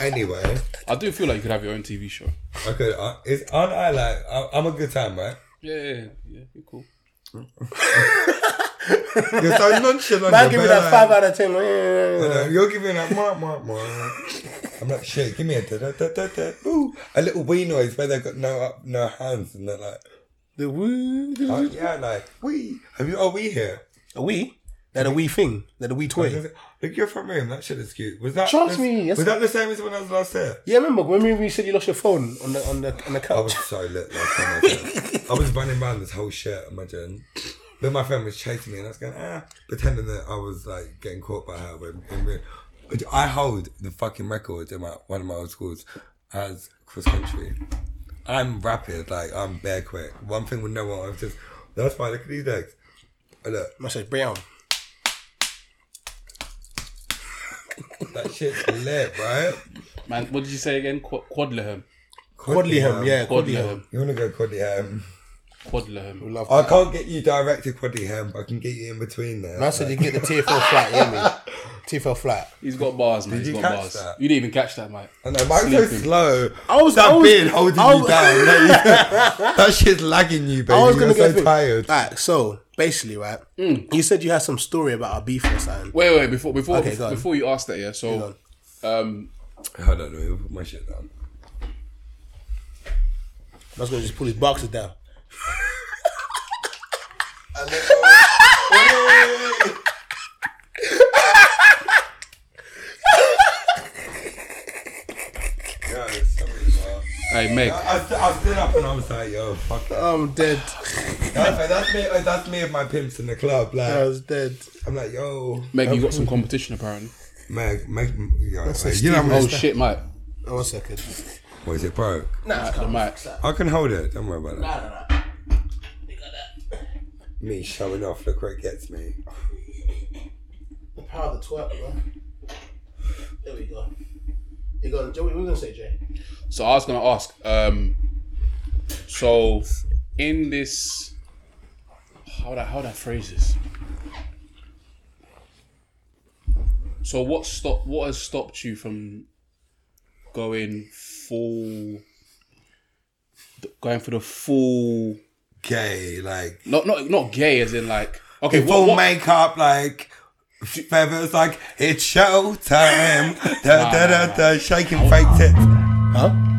[SPEAKER 5] anyway,
[SPEAKER 4] still. I do feel like you could have your own TV show.
[SPEAKER 5] I could. Uh, it's on. I like. I- I'm a good time, right?
[SPEAKER 4] Yeah, yeah, yeah, yeah. You're cool.
[SPEAKER 5] You're so nonchalant.
[SPEAKER 6] Man,
[SPEAKER 5] you're
[SPEAKER 6] give me
[SPEAKER 5] better
[SPEAKER 6] that
[SPEAKER 5] like-
[SPEAKER 6] five out of ten. Yeah, yeah, yeah.
[SPEAKER 5] You know, you're giving that mark, mark, mark. I'm like, shit, give me a da da da da da. Ooh, a little wee noise where they've got no up, no hands, and they're like,
[SPEAKER 6] The woo. the
[SPEAKER 5] oh,
[SPEAKER 6] woo.
[SPEAKER 5] yeah, like, wee. Have you, are we here?
[SPEAKER 6] A wee. That a wee thing. That a wee toy.
[SPEAKER 5] Look at your front room, that shit is cute. Was that,
[SPEAKER 6] Trust
[SPEAKER 5] the-
[SPEAKER 6] me, yes.
[SPEAKER 5] was that the same as when I was last there?
[SPEAKER 6] Yeah, remember when we- we said you lost your phone on the on the on the
[SPEAKER 5] I
[SPEAKER 6] couch?
[SPEAKER 5] was so lit last time I was there. I was running around this whole shit, imagine. Then my friend was chasing me, and I was going, ah, pretending that I was like getting caught by her. When, in real. I hold the fucking record in my, one of my old schools as cross country. I'm rapid, like I'm bare quick. One thing with no one, I'm just that's why look at these legs. Oh, Look,
[SPEAKER 6] I said brown.
[SPEAKER 5] that shit's lit, right?
[SPEAKER 4] Man, what did you say again? Qu- Quadlehem.
[SPEAKER 6] Quadleyham, yeah, Quadleyham.
[SPEAKER 4] Quadlehem.
[SPEAKER 5] You wanna go Quadleyham?
[SPEAKER 4] Quadlehem.
[SPEAKER 6] Love.
[SPEAKER 5] I can't get you direct to Quadleyham, but I can get you in between there.
[SPEAKER 6] I said you get the TFL flat. Yeah, man.
[SPEAKER 5] [laughs]
[SPEAKER 6] TFL flat.
[SPEAKER 4] He's got bars, man. He's
[SPEAKER 5] you
[SPEAKER 4] got
[SPEAKER 5] catch
[SPEAKER 4] bars.
[SPEAKER 5] that?
[SPEAKER 4] You didn't even catch that, mate.
[SPEAKER 5] I know, mine's so
[SPEAKER 4] Sleeping.
[SPEAKER 5] slow.
[SPEAKER 6] I was-
[SPEAKER 5] that
[SPEAKER 6] I was-
[SPEAKER 5] beard holding
[SPEAKER 6] I
[SPEAKER 5] you
[SPEAKER 6] was- [laughs]
[SPEAKER 5] down. like, that shit's lagging you, baby.
[SPEAKER 6] I was
[SPEAKER 5] You're
[SPEAKER 6] gonna
[SPEAKER 5] so
[SPEAKER 6] get through.
[SPEAKER 5] tired.
[SPEAKER 6] Alright, so basically, right? You said you had some story about a beef or something.
[SPEAKER 4] Wait, wait, before before
[SPEAKER 6] Okay, go on.
[SPEAKER 4] before you ask that, yeah. So, um,
[SPEAKER 5] Hold on, let me put my shit down.
[SPEAKER 6] I was gonna just pull his boxes down.
[SPEAKER 5] Yeah, it's something, bro.
[SPEAKER 4] Hey,
[SPEAKER 5] [laughs]
[SPEAKER 4] Meg.
[SPEAKER 5] I, st- I stood up and I was like, yo, fuck it.
[SPEAKER 6] I'm dead.
[SPEAKER 5] That's, that's, me, that's me and my pimps in the club.
[SPEAKER 6] I
[SPEAKER 5] Like,
[SPEAKER 6] was dead.
[SPEAKER 5] I'm like, yo,
[SPEAKER 4] Meg, you got some competition apparently.
[SPEAKER 5] Meg, Meg, yo,
[SPEAKER 6] That's
[SPEAKER 5] like,
[SPEAKER 6] a
[SPEAKER 5] you know
[SPEAKER 6] Steve
[SPEAKER 5] what
[SPEAKER 4] Oh
[SPEAKER 5] I'm
[SPEAKER 4] shit, Mike.
[SPEAKER 6] Oh, one second.
[SPEAKER 5] What is it broke?
[SPEAKER 6] Nah,
[SPEAKER 4] The mic.
[SPEAKER 5] I can hold it. Don't worry about that.
[SPEAKER 6] nah, nah.
[SPEAKER 5] Me showing off. Look where it gets me.
[SPEAKER 6] The power of the twerk, bro. There we go. You got Joey. What were you gonna say, Jay?
[SPEAKER 4] So I was gonna ask. Um, so in this, how would I how would I phrase this? So what stop what has stopped you from going full, going for the full?
[SPEAKER 5] Gay, like
[SPEAKER 4] Not not not gay as in like okay.
[SPEAKER 5] full
[SPEAKER 4] What, what,
[SPEAKER 5] makeup, like
[SPEAKER 4] [laughs]
[SPEAKER 5] feathers, like it's show time. da, da, da, da, shaking fake tits.
[SPEAKER 6] Huh?